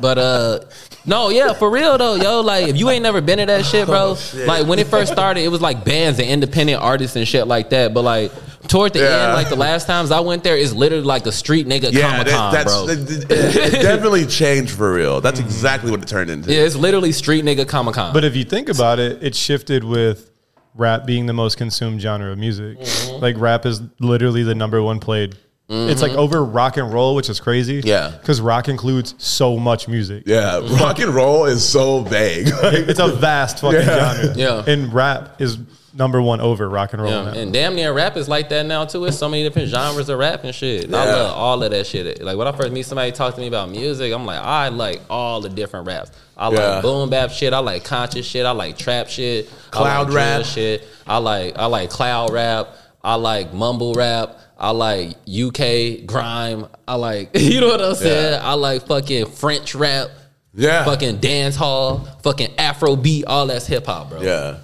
S4: But uh no, yeah, for real though, yo, like if you ain't never been to that shit, bro.
S3: <laughs>
S4: Like when it first started, it was like bands and independent artists and shit like that. But like toward the
S3: Yeah.
S4: end, like the last times I went there, it's literally like a street nigga
S3: Yeah,
S4: comic
S3: that,
S4: con,
S3: that's
S4: bro. Mm-hmm.
S3: it- it, it definitely changed for real. That's exactly what it turned into.
S4: yeah, it's literally street nigga comic
S2: <laughs>
S4: con.
S2: But if you think about it, it shifted with rap being the most consumed genre of music.
S4: Mm-hmm.
S2: Like rap is literally the number one played. It's like over rock and roll, which is crazy.
S3: Yeah.
S2: Because rock includes so much music.
S3: Yeah,
S4: Mm-hmm.
S3: rock and roll is so vague. <laughs> Like,
S2: It's a vast fucking genre.
S4: <laughs> Yeah.
S2: And rap is number one over rock and roll.
S4: Yeah,
S2: now.
S4: and damn near rap is like that now too. It's so many different genres of rap and shit. And I
S3: Yeah.
S4: love all of that shit. Like when I first meet somebody talk to me about music, I'm like, I like all the different raps. I
S3: Yeah.
S4: like boom bap shit. I like conscious shit. I like trap shit. I
S3: Cloud
S4: like drill
S3: rap.
S4: shit. I like I like cloud rap. I like mumble rap. I like UK grime. I like <laughs> you know what I'm saying. I like fucking French rap.
S3: yeah,
S4: Fucking dance hall, fucking Afro beat, all that's hip hop, bro.
S3: yeah.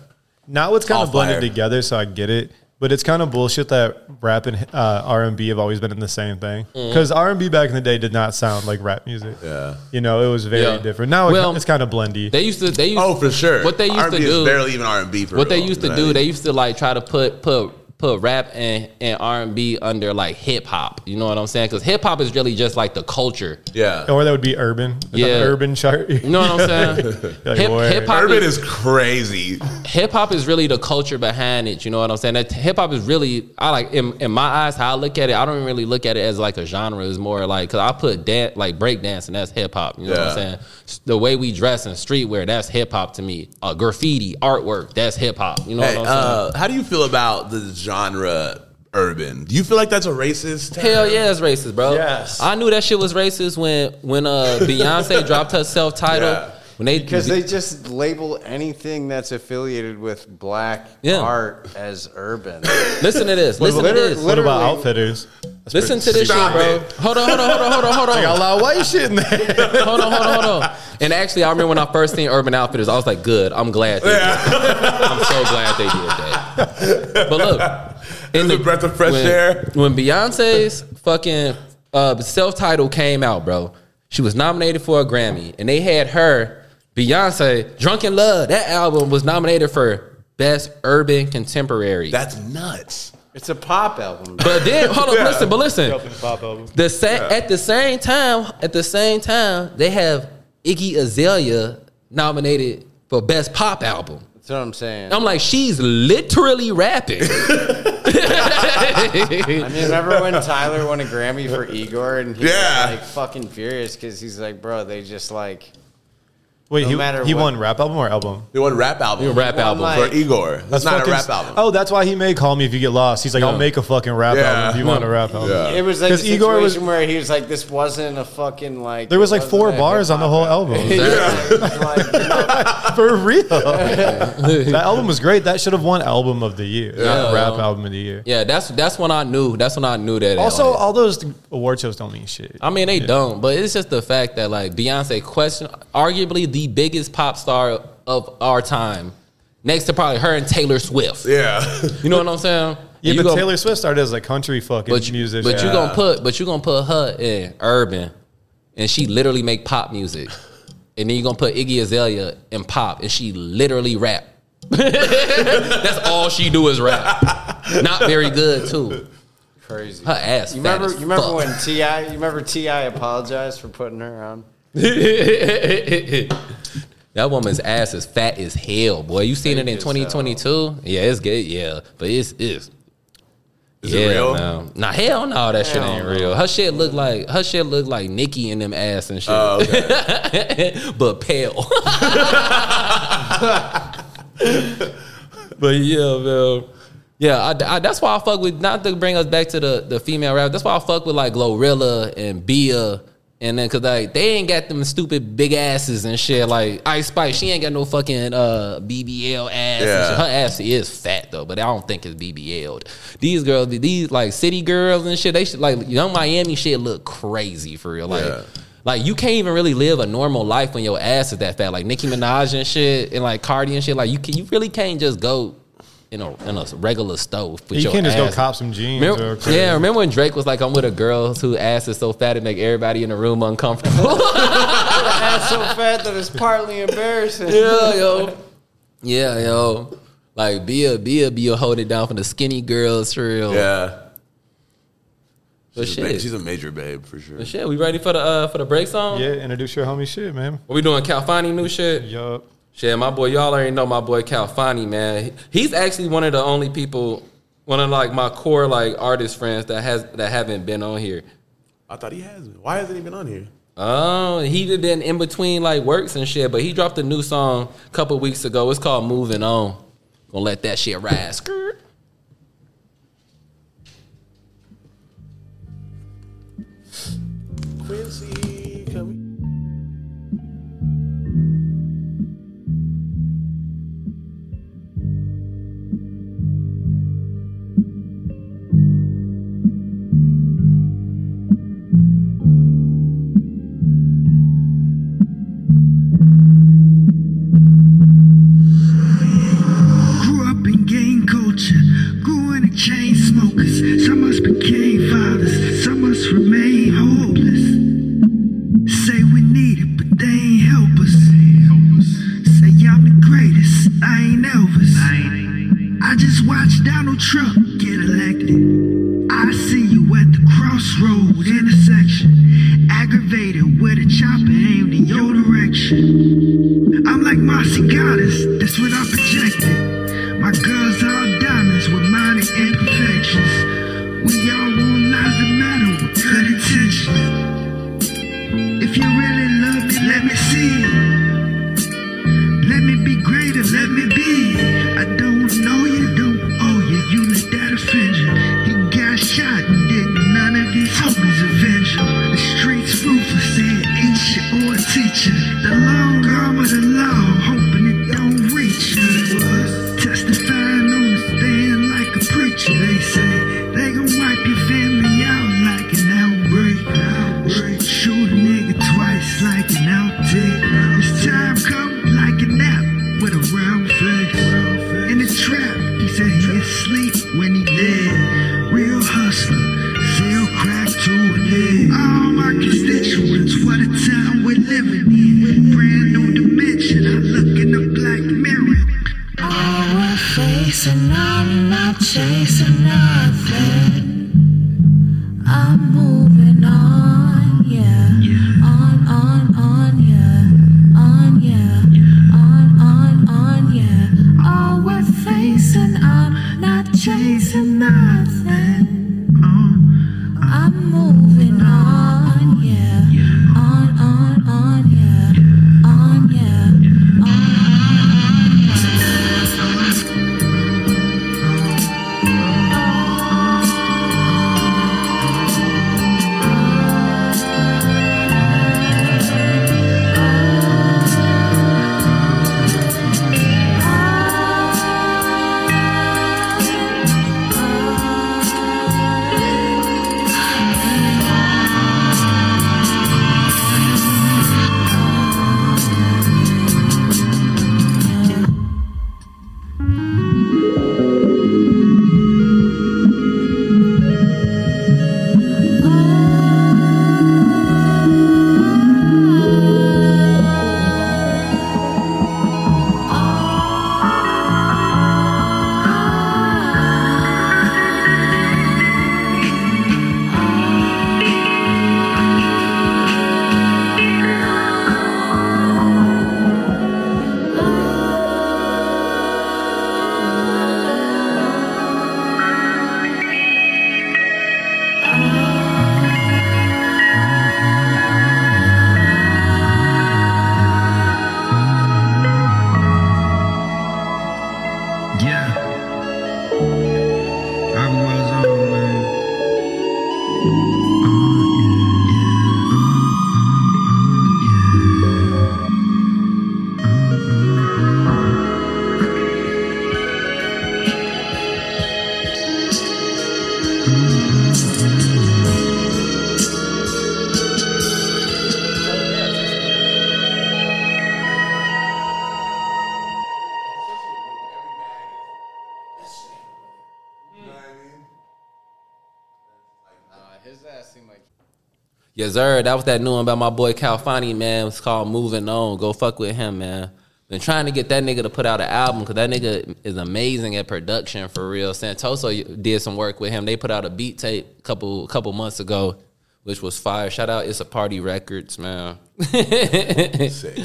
S2: Now it's kind
S3: All
S2: of blended
S3: fire.
S2: together, so I get it. But it's kind of bullshit that rap and uh, R and B have always been in the same thing because R and B back in the day did not sound like rap music.
S3: Mm-hmm. Yeah.
S2: you know it was very
S4: Yeah.
S2: different. Now it-
S4: Well,
S2: it's kind of blendy.
S4: They used to, they used
S3: Oh, for sure.
S4: What they used
S3: R&B
S4: to do,
S3: is barely even R and B.
S4: what they used to do, they used to like try to put put put rap and and R and B under like hip hop. You know what I'm saying? Because hip hop is really just like the culture.
S3: yeah.
S2: or that would be urban. Is that
S4: Yeah.
S2: the urban chart.
S4: You know what
S3: <laughs>
S4: I'm saying?
S2: Like,
S4: hip
S2: word.
S4: hip hop
S3: Urban
S4: is
S3: is crazy.
S4: hip hop is really the culture behind it. You know what I'm saying? That hip hop is really I like in, in my eyes how I look at it. I don't even really look at it as like a genre. It's more like because I put dance like break dance and that's hip hop. You know what I'm
S3: Yeah.
S4: saying? S- The way we dress and streetwear that's hip hop to me. Uh, graffiti artwork that's hip hop. You know
S3: Hey,
S4: what I'm saying?
S3: uh, how do you feel about the genre urban? Do you feel like that's a racist? term?
S4: Hell yeah, it's racist, bro.
S2: Yes.
S4: I knew that shit was racist when when uh Beyonce dropped her self title.
S3: Yeah.
S4: When they
S5: Because they just label anything that's affiliated with black
S4: Yeah.
S5: art as urban.
S4: listen to this. Listen to
S5: liter-
S4: this.
S2: <laughs> what about
S5: literally-
S2: outfitters?
S4: Listen to this
S3: Stop
S4: shit, bro.
S3: it.
S4: Hold on, hold on, hold on, hold on, hold
S2: I
S4: on.
S2: got a lot of white shit in there.
S4: hold on, hold on, hold on. And actually, I remember when I first seen Urban Outfitters, I was like, "Good, I'm glad they did. that. I'm so glad they did that." But look, in
S3: was a breath of fresh
S4: when-
S3: air.
S4: when Beyonce's fucking uh, self title came out, bro. She was nominated for a Grammy, and they had her Beyonce "Drunken Love." That album was nominated for Best Urban Contemporary.
S3: That's nuts.
S5: it's a pop album.
S4: but then,
S3: <laughs>
S4: hold on, listen, but listen.
S2: That's
S4: The same at the same time, at the same time, they have Iggy Azalea nominated for best pop album.
S5: That's what I'm saying.
S4: I'm like, she's literally rapping.
S2: <laughs>
S5: I mean, remember when Tyler won a Grammy for Igor and he
S3: Yeah.
S5: was like fucking furious because he's like, bro, they just like
S2: Wait,
S5: No
S2: he,
S5: matter
S2: he
S5: what.
S2: won rap album or album?
S3: They want rap album.
S4: rap
S5: Well,
S4: album.
S5: like-
S3: for Igor. That's, not a
S2: fucking-
S3: rap album.
S2: Oh, that's why he made "Call Me If You Get Lost." He's like,
S4: Yeah.
S2: "I'll make a fucking rap
S3: Yeah.
S2: album if you want a
S3: <laughs>
S2: rap
S4: Oh.
S2: album."
S3: Yeah.
S5: it was like a
S2: 'Cause
S5: situation
S2: Igor was-
S5: where he was like, this wasn't a fucking like.
S2: There was like
S5: it wasn't
S2: four
S5: a
S2: bars on the whole
S5: hip-hop
S2: album.
S3: <laughs>
S5: <laughs> rap. Like,
S4: <laughs>
S5: you know,
S2: <laughs> For real. that album was great. That should have won album of the year.
S4: Yeah.
S2: rap album of the year.
S4: yeah, that's that's when I knew. That's when I knew that. it
S2: Also,
S4: was.
S2: all those award shows don't mean shit.
S4: I mean, they don't. But it's just the fact that like Beyonce, question, arguably the biggest pop star of our time, next to probably her and Taylor Swift.
S3: yeah. <laughs>
S4: You know what I'm saying?
S2: yeah,
S4: You
S2: but
S4: go-
S2: Taylor Swift started as a country fucking
S4: but you,
S2: musician.
S4: But you gonna put but you gonna put her in urban, and she literally make pop music, and then you gonna put Iggy Azalea in pop, and she literally rap. That's all she do is rap. Not very good too.
S5: crazy.
S4: Her ass.
S5: You
S4: fat
S5: remember?
S4: as
S5: You remember
S4: fuck.
S5: when Ti? You remember Ti apologized for putting her on?
S4: <laughs> that woman's ass is fat as hell, boy. You seen it in
S5: as
S4: 2022? Yeah, it's good. Yeah, but it's it's.
S3: Is it real?
S4: No. Nah, hell no, that shit
S5: Hell
S4: ain't
S5: no.
S4: real. Her shit look like her shit look like Nikki and them ass and shit,
S3: Oh,
S4: <laughs>
S3: okay.
S4: but pale. but yeah, man. Yeah, I, I- that's why I fuck with not to bring us back to the the female rap. That's why I fuck with like Glorilla and Bia. And then, cause like they ain't got them stupid big asses and shit. Like Ice Spice, she ain't got no fucking uh, BBL ass. and
S3: Yeah.
S4: shit. Her ass is fat though, but I don't think it's BBL'd. These girls, these like city girls and shit, they should like young Miami shit look crazy for real. Like
S3: Yeah.
S4: Like you can't even really live a normal life when your ass is that fat. Like Nicki Minaj and shit, and like Cardi and shit. Like you, can, you really can't just go in a in a regular stove. With
S2: You
S4: your
S2: can't just go
S4: ass.
S2: cop some jeans.
S4: Remember,
S2: or
S4: yeah, remember when Drake was like, "I'm with a girl who ass is so fat it make everybody in the room uncomfortable."
S5: That's so fat that it's partly embarrassing.
S4: yeah, yo, <laughs> yeah, yo. Like be a be a be a hold it down for the skinny girls for real.
S3: Yeah.
S4: but
S3: She's a, babe.
S4: shit,
S3: She's a major babe for sure.
S4: but shit. We ready for the uh, for the break song?
S2: Yeah, introduce your homie shit, man.
S4: What we doing? Calfani new shit.
S2: Yup.
S4: Shit, my boy, y'all already know my boy Calfani, man. He- He's actually one of the only people, one of like my core like artist friends that has that haven't been on here.
S3: I thought he has been. Why hasn't he been on here?
S4: Oh, he did been in between like works and shit, but he dropped a new song a couple weeks ago. It's called Moving On. Gonna let that shit ride. Skirt.
S3: Quincy, can we-
S7: Grew up in gang culture, going to chain smokers. Some us became fathers, some us remain hopeless. Say we need it, but they ain't help us. Say y'all the greatest, I ain't Elvis. I just watched Donald Trump get elected. I see you at the crossroad intersection, aggravated with a chopper aimed in your direction. I'm like Marcy Goddess, that's what I projected. My girls all diamonds with minor imperfections. We all want lives that matter with good intentions. If you really love me, let me see. it. Let me be greater, let me be. I don't know you, don't owe you, you let that offend you. He got shot and didn't none of these homies avenge you. The streets ruthless, they eat you or teach you. The long arm of the law, hoping it don't reach you. Testifying on the stand like a preacher, they say. They gon' wipe your family out like an outbreak. Shoot a nigga twice like an outtake. It's
S4: Yes, sir. That was that new one by my boy Calfani, man. It's called Moving On. Go fuck with him, man. Been trying to get that nigga to put out an album because that nigga is amazing at production for real. Santoso did some work with him. They put out a beat tape a couple couple months ago, which was fire. Shout out, it's a party records, man. <laughs>
S3: Sick.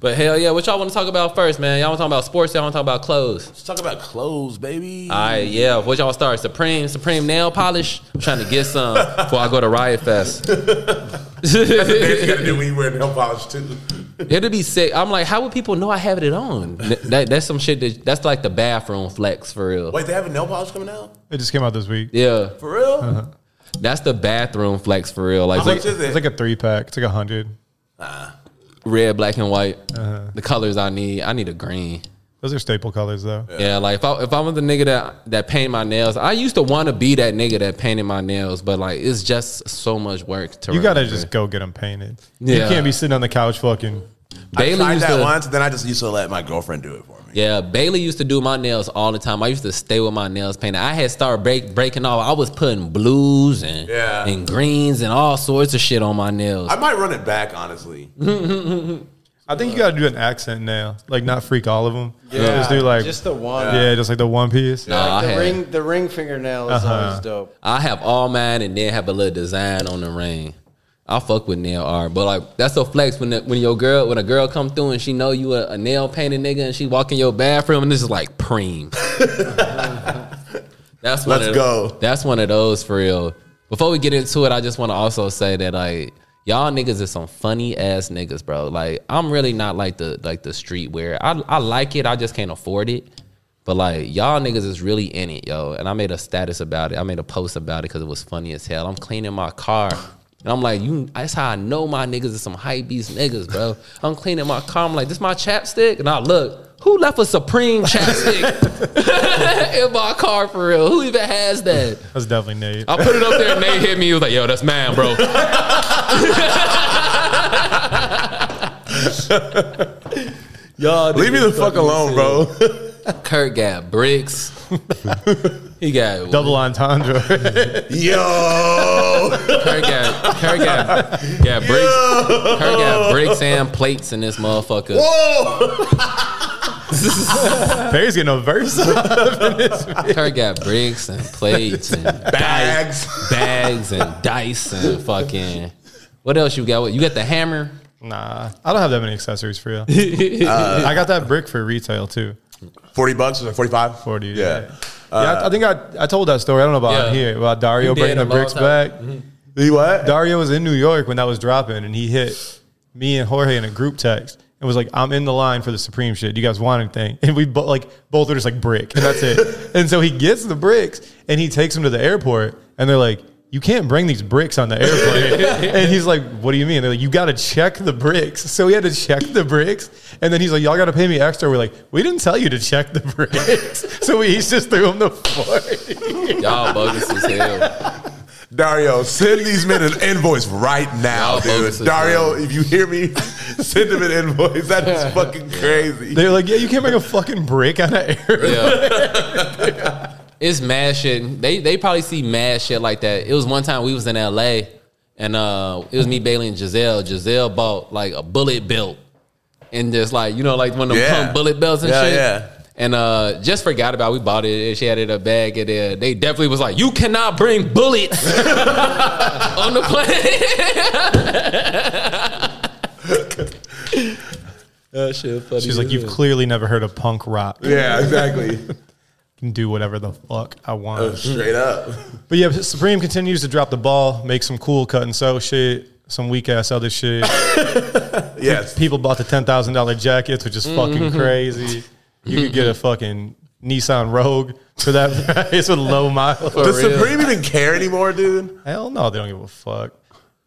S4: But hell yeah, what y'all want to talk about first, man? Y'all want to talk about sports? Y'all want to talk about clothes?
S3: Let's talk about clothes, baby. <laughs>
S4: All right, yeah. What y'all start? Supreme, Supreme nail polish. I'm trying to get some before I go to Riot Fest. <laughs>
S3: There's got to do when you wear nail polish too.
S4: It'll be sick. I'm like, how would people know I have it on? Th- That, that's some shit. That, that's like the bathroom flex for real.
S3: Wait, they have a nail polish coming out
S2: It just came out this week.
S4: Yeah,
S3: for real?
S4: that's the bathroom flex for real. Uh-huh. Like
S3: How much is
S2: It's
S3: it?
S2: like a three pack. It's like a hundred.
S4: red, black, and white.
S2: Uh-huh.
S4: The colors I need. I need a green.
S2: Those are staple colors though.
S4: Yeah, like if I if I'm the nigga that that paint my nails, I used to want to be that nigga that painted my nails, but like it's just so much work to.
S2: You gotta
S4: remember.
S2: just go get them painted. You
S4: Yeah.
S2: can't be sitting on the couch fucking.
S3: I
S4: Bailey
S3: tried
S4: used
S3: that
S4: to,
S3: once, then I just used to let my girlfriend do it for me.
S4: Yeah, Bailey used to do my nails all the time. I used to stay with my nails painted. I had started break, breaking off. I was putting blues and
S3: Yeah.
S4: and greens and all sorts of shit on my nails.
S3: I might run it back, honestly.
S2: I think you gotta do an accent now, like not freak all of them.
S5: Yeah,
S2: just do like
S5: just the one.
S2: yeah, just like the one piece.
S4: Nah, I,
S5: The
S4: had,
S5: ring, the ring fingernail is
S2: Uh-huh.
S5: always dope.
S4: I have all mine and then have a little design on the ring. I fuck with nail art, but like that's a flex when the, when your girl when a girl come through and she know you a, a nail painted nigga and she walk in your bathroom and this is like preem. <laughs> that's one
S3: Let's
S4: of-
S3: go.
S4: That's one of those for real. Before we get into it, I just want to also say that like y'all niggas is some funny ass niggas, bro. Like I'm really not like the like the streetwear. I I like it, I just can't afford it. But like y'all niggas is really in it, yo. And I made a status about it. I made a post about it because it was funny as hell. I'm cleaning my car. And I'm like, you that's how I know my niggas is some hype beast niggas, bro. I'm cleaning my car. I'm like, this my chapstick? And I look, who left a supreme chapstick <laughs> in my car for real? Who even has that?
S2: That's definitely Nate.
S4: I put it up there and Nate hit me. He was like, yo, that's mine, bro. Y'all
S3: Leave me the fuck alone, bro.
S4: Kurt got bricks. he got
S2: Double entendre.
S3: <laughs> Yo,
S4: <laughs> Kirk got Kirk got, got bricks. Kirk got bricks and plates in this motherfucker.
S3: whoa!
S2: Perry's getting a verse.
S4: Kirk got bricks and plates and
S3: Bags.
S4: dice- bags and dice and fucking. What else you got? What- You got the hammer.
S2: nah, I don't have that many accessories for real.
S4: <laughs>
S2: I got that brick for retail too.
S3: Forty bucks or forty-five?
S2: 40. Yeah.
S3: Yeah.
S2: Yeah, I, I think I, I told that story. I don't know about
S4: Yeah.
S2: on here about Dario
S4: You did
S2: bringing
S4: a
S2: the
S4: long
S2: bricks
S4: time.
S2: back.
S3: Mm-hmm. He what?
S2: Dario was in New York when that was dropping, and he hit me and Jorge in a group text. and was like, I'm in the line for the Supreme shit. Do you guys want anything? And we bo- like both were just like brick, and that's
S3: <laughs>
S2: it. and so he gets the bricks and he takes them to the airport, and they're like. You can't bring these bricks on the
S3: <laughs>
S2: airplane. and he's like, What do you mean? They're like, You got to check the bricks. So he had to check the bricks. And then he's like, Y'all got to pay me extra. We're like, We didn't tell you to check the bricks. <laughs> so we each just threw him the 40.
S4: Y'all bogus as hell.
S3: Dario, send these men an invoice right
S4: <laughs>
S3: now,
S4: Y'all
S3: dude.
S4: bogus as
S3: Dario, if you hear me, <laughs> send them an invoice. That is
S4: <laughs>
S3: fucking crazy.
S2: They're like, Yeah, you can't bring a fucking brick on an airplane.
S4: Yeah. It's mad shit. They they probably see mad shit like that. It was one time we was in L.A. and uh, it was me, Bailey, and Giselle. Giselle bought like a bullet belt and just like you know like one of them
S3: Yeah.
S4: pump bullet belts and
S3: Yeah,
S4: shit.
S3: yeah.
S4: And uh, just forgot about it. we bought it. and She had it in a bag, and uh, they definitely was like, "You cannot bring bullets <laughs> on the plane." that shit funny.
S2: She's like, you've clearly never heard of punk rock. I
S3: Yeah, exactly.
S4: <laughs>
S3: Oh,
S2: can do whatever the fuck I want.
S3: Straight up.
S4: <laughs>
S2: But yeah, Supreme continues to drop the ball, make some cool cut and sew shit, some weak ass other shit.
S3: Yes.
S2: People bought the ten thousand dollar jackets, which is fucking
S3: Mm-hmm.
S2: crazy. You could get a fucking Nissan Rogue for that <laughs> price with low mileage.
S3: Does Supreme even care anymore, dude?
S2: Hell no, they don't give a fuck.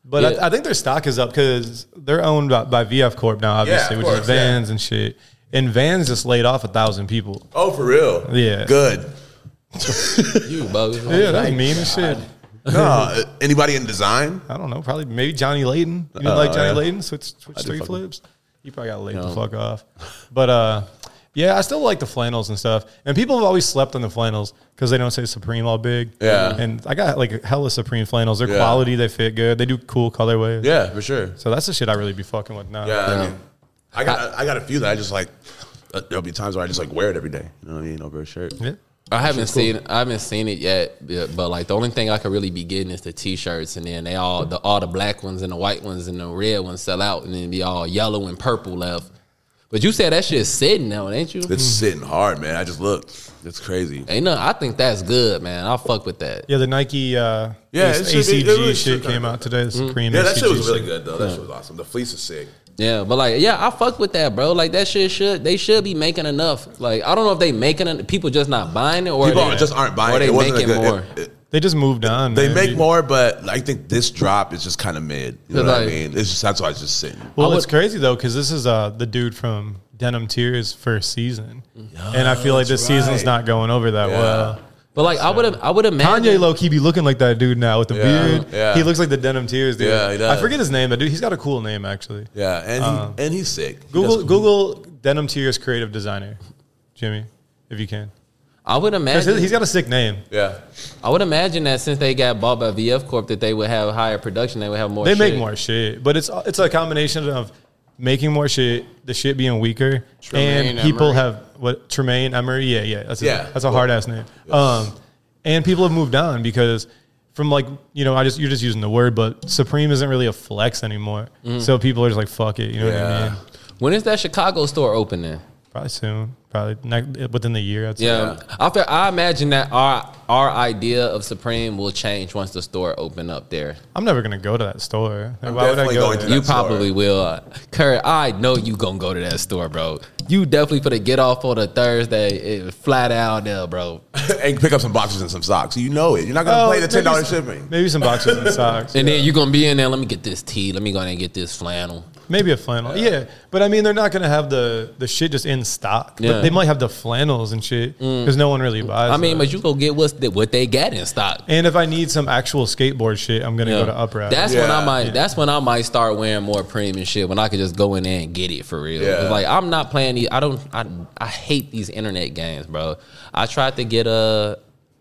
S2: But
S4: Yeah.
S2: I, I think their stock is up because they're owned by, by VF Corp now, obviously,
S3: of
S2: which
S3: course,
S2: is
S3: yeah.
S2: Vans and shit. And Vans just laid off a thousand people.
S3: Oh, for real?
S2: Yeah.
S3: Good.
S4: you bogus.
S2: Yeah, that's mean as shit.
S3: No, uh, anybody in design?
S2: I don't know. Probably maybe Johnny Layton. You didn't like Johnny
S3: Uh, yeah.
S2: Layton? Switch, switch three
S3: fucking-
S2: flips. You probably got laid the fuck off. But uh, Yeah, I still like the flannels and stuff. And people have always slept on the flannels because they don't say Supreme all big.
S3: Yeah.
S2: And I got like hella Supreme flannels. They're
S3: Yeah.
S2: quality. They fit good. They do cool colorways.
S3: Yeah, for sure.
S2: So that's the shit I really be fucking with now.
S3: Yeah, I, mean, I got I, got a few that I just like. uh, There'll be times where I just like wear it every day. You know what I mean? Over a shirt.
S2: Yeah.
S4: I haven't seen I haven't seen it yet, yeah, but like the only thing I could really be getting is the t-shirts, and then they all the all the black ones and the white ones and the red ones sell out, and then be all yellow and purple left. But you said that shit's sitting now, ain't you?
S3: It's sitting hard, man. I just look. It's crazy.
S4: Ain't no, I think that's good, man. I'll fuck with that.
S2: Yeah, the Nike uh,
S3: Yeah,
S2: this
S3: it should be-
S2: ACG
S3: it really
S2: shit
S3: should kinda- Mm-hmm.
S2: came out today. The Supreme
S3: Yeah, that shit
S2: ACG
S3: was really good though. That shit was awesome. The fleece is sick.
S4: Yeah, but like, yeah, I fuck with that, bro. Like that shit should they should be making enough. Like I don't know if they making it, people just not buying it or
S3: People
S4: they,
S3: just aren't buying.
S4: Or they
S3: it. wasn't a
S4: making
S3: good- it-
S4: more.
S3: it-
S2: They just moved on.
S3: they
S2: man.
S3: make
S2: You-
S3: more, but I think this drop is just kind of mid. You know
S4: But
S3: what I
S4: like-
S3: mean? It's just that's why it's just sitting.
S2: Well,
S4: I
S2: it's
S4: would-
S2: crazy though because this is uh, the dude from Denim Tears first season, and I feel like this season's
S3: right.
S2: not going over that well.
S4: but like I would have, I would imagine.
S2: Kanye low key be looking like that dude now with the beard.
S3: yeah.
S2: He looks like the Denim Tears dude.
S3: Yeah, he does.
S2: I forget his name, but dude, he's got a cool name actually.
S3: Yeah, and he, and he's sick. He
S2: Google
S3: does-
S2: Google Denim Tears creative designer, Jimmy, if you can.
S4: I would
S2: 'Cause
S4: imagine
S2: He's got a sick name.
S3: Yeah,
S4: I would imagine that since they got bought by VF Corp, that they would have higher production. They would have more.
S2: They make
S4: shit.
S2: more shit, but it's it's a combination of making more shit, the shit being weaker, and people
S5: Emery.
S2: have what Tremaine Emery. Yeah, yeah, that's a,
S3: Yeah.
S2: that's a hard ass name. Um, and people have moved on because from like you know I just you're just using the word, but Supreme isn't really a flex anymore. So people are just like fuck it, you know what I
S3: Mm. Yeah.
S2: mean?
S4: When is that Chicago store opening?
S2: Probably soon, probably next, within the year. I'd say.
S4: Yeah, I feel, I imagine that our our idea of Supreme will change once the store open up there.
S2: I'm never gonna go to that store. Like,
S3: I'm
S2: why would I
S3: definitely
S2: go?
S3: going
S2: there?
S3: to
S4: you
S3: that store.
S4: probably will, Kurt. I know you gonna go to that store, bro. You definitely for the get off on a Thursday, it, flat out there, bro.
S3: <laughs> and pick up some boxes and some socks. You know it. You're not gonna
S2: Oh,
S3: play the
S2: maybe-
S3: ten dollars shipping.
S2: Maybe some boxes and socks.
S3: <laughs>
S4: And then you gonna be in there. Let me get this tee. Let me go in and get this flannel.
S2: Maybe a flannel. Yeah. But I mean, they're not going to have the, the shit just in stock.
S4: Yeah. Mm.
S2: But they might have the flannels and shit because no one really buys
S4: I mean,
S2: those.
S4: but you gonna get what's the, what they got in stock.
S2: and if I need some actual skateboard shit, I'm going to go to Uprock.
S4: That's when I
S3: Yeah.
S4: might. That's when I might start wearing more premium shit. When I could just go in there and get it for real. 'Cause,
S3: Yeah.
S4: Like I'm not playing these. I don't. I I hate these internet games, bro. I tried to get Uh,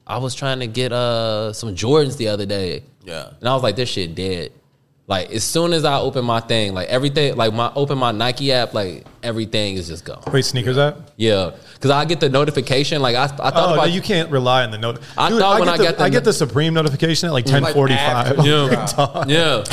S4: I was trying to get uh some Jordans the other day.
S3: Yeah.
S4: And I was like, this shit dead. Like as soon as I open my thing, like everything, like my open my Nike app, like everything is just gone.
S2: Wait, sneakers app?
S4: Yeah, because I get the notification. Like I, I thought
S2: Oh, no,
S4: about
S2: you can't rely on the note.
S4: I thought when I
S2: the,
S4: got the
S2: I get
S4: no-
S2: the Supreme notification at like 1045. <laughs>
S4: Yeah, yeah.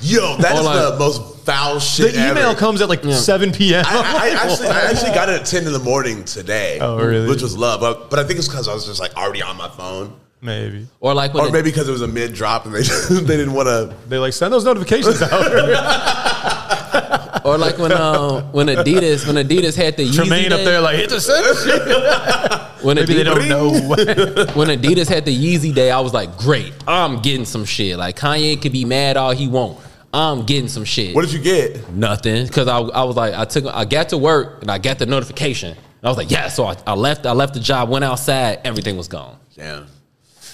S3: Yo, that
S4: Or
S3: is
S4: like-
S3: the most foul
S2: The
S3: shit.
S2: email
S3: ever.
S2: comes at like 7 p.m. <laughs>
S3: I, I, actually, I actually got it at 10 in the morning today.
S2: Oh, really?
S3: Which was love. But, but I think it's because I was just like already on my phone.
S2: Maybe.
S4: Or like when
S3: Or
S4: the-
S3: maybe because it was a mid drop and they, <laughs> they didn't want to.
S2: They like send those notifications
S4: <laughs>
S2: out.
S4: Or like when um when Adidas when Adidas had the Yeezy
S2: Tremaine up
S4: day,
S2: there like, hit the send shit.
S4: when
S2: Maybe they don't
S4: Adidas,
S2: know. <laughs> what-
S4: when Adidas had the Yeezy day I was like great I'm getting some shit like Kanye could be mad all he want I'm getting some shit
S3: What did you get?
S4: nothing because I, I was like I took I got to work and I got the notification and I was like yeah so I, I left I left the job went outside everything was gone
S3: Damn.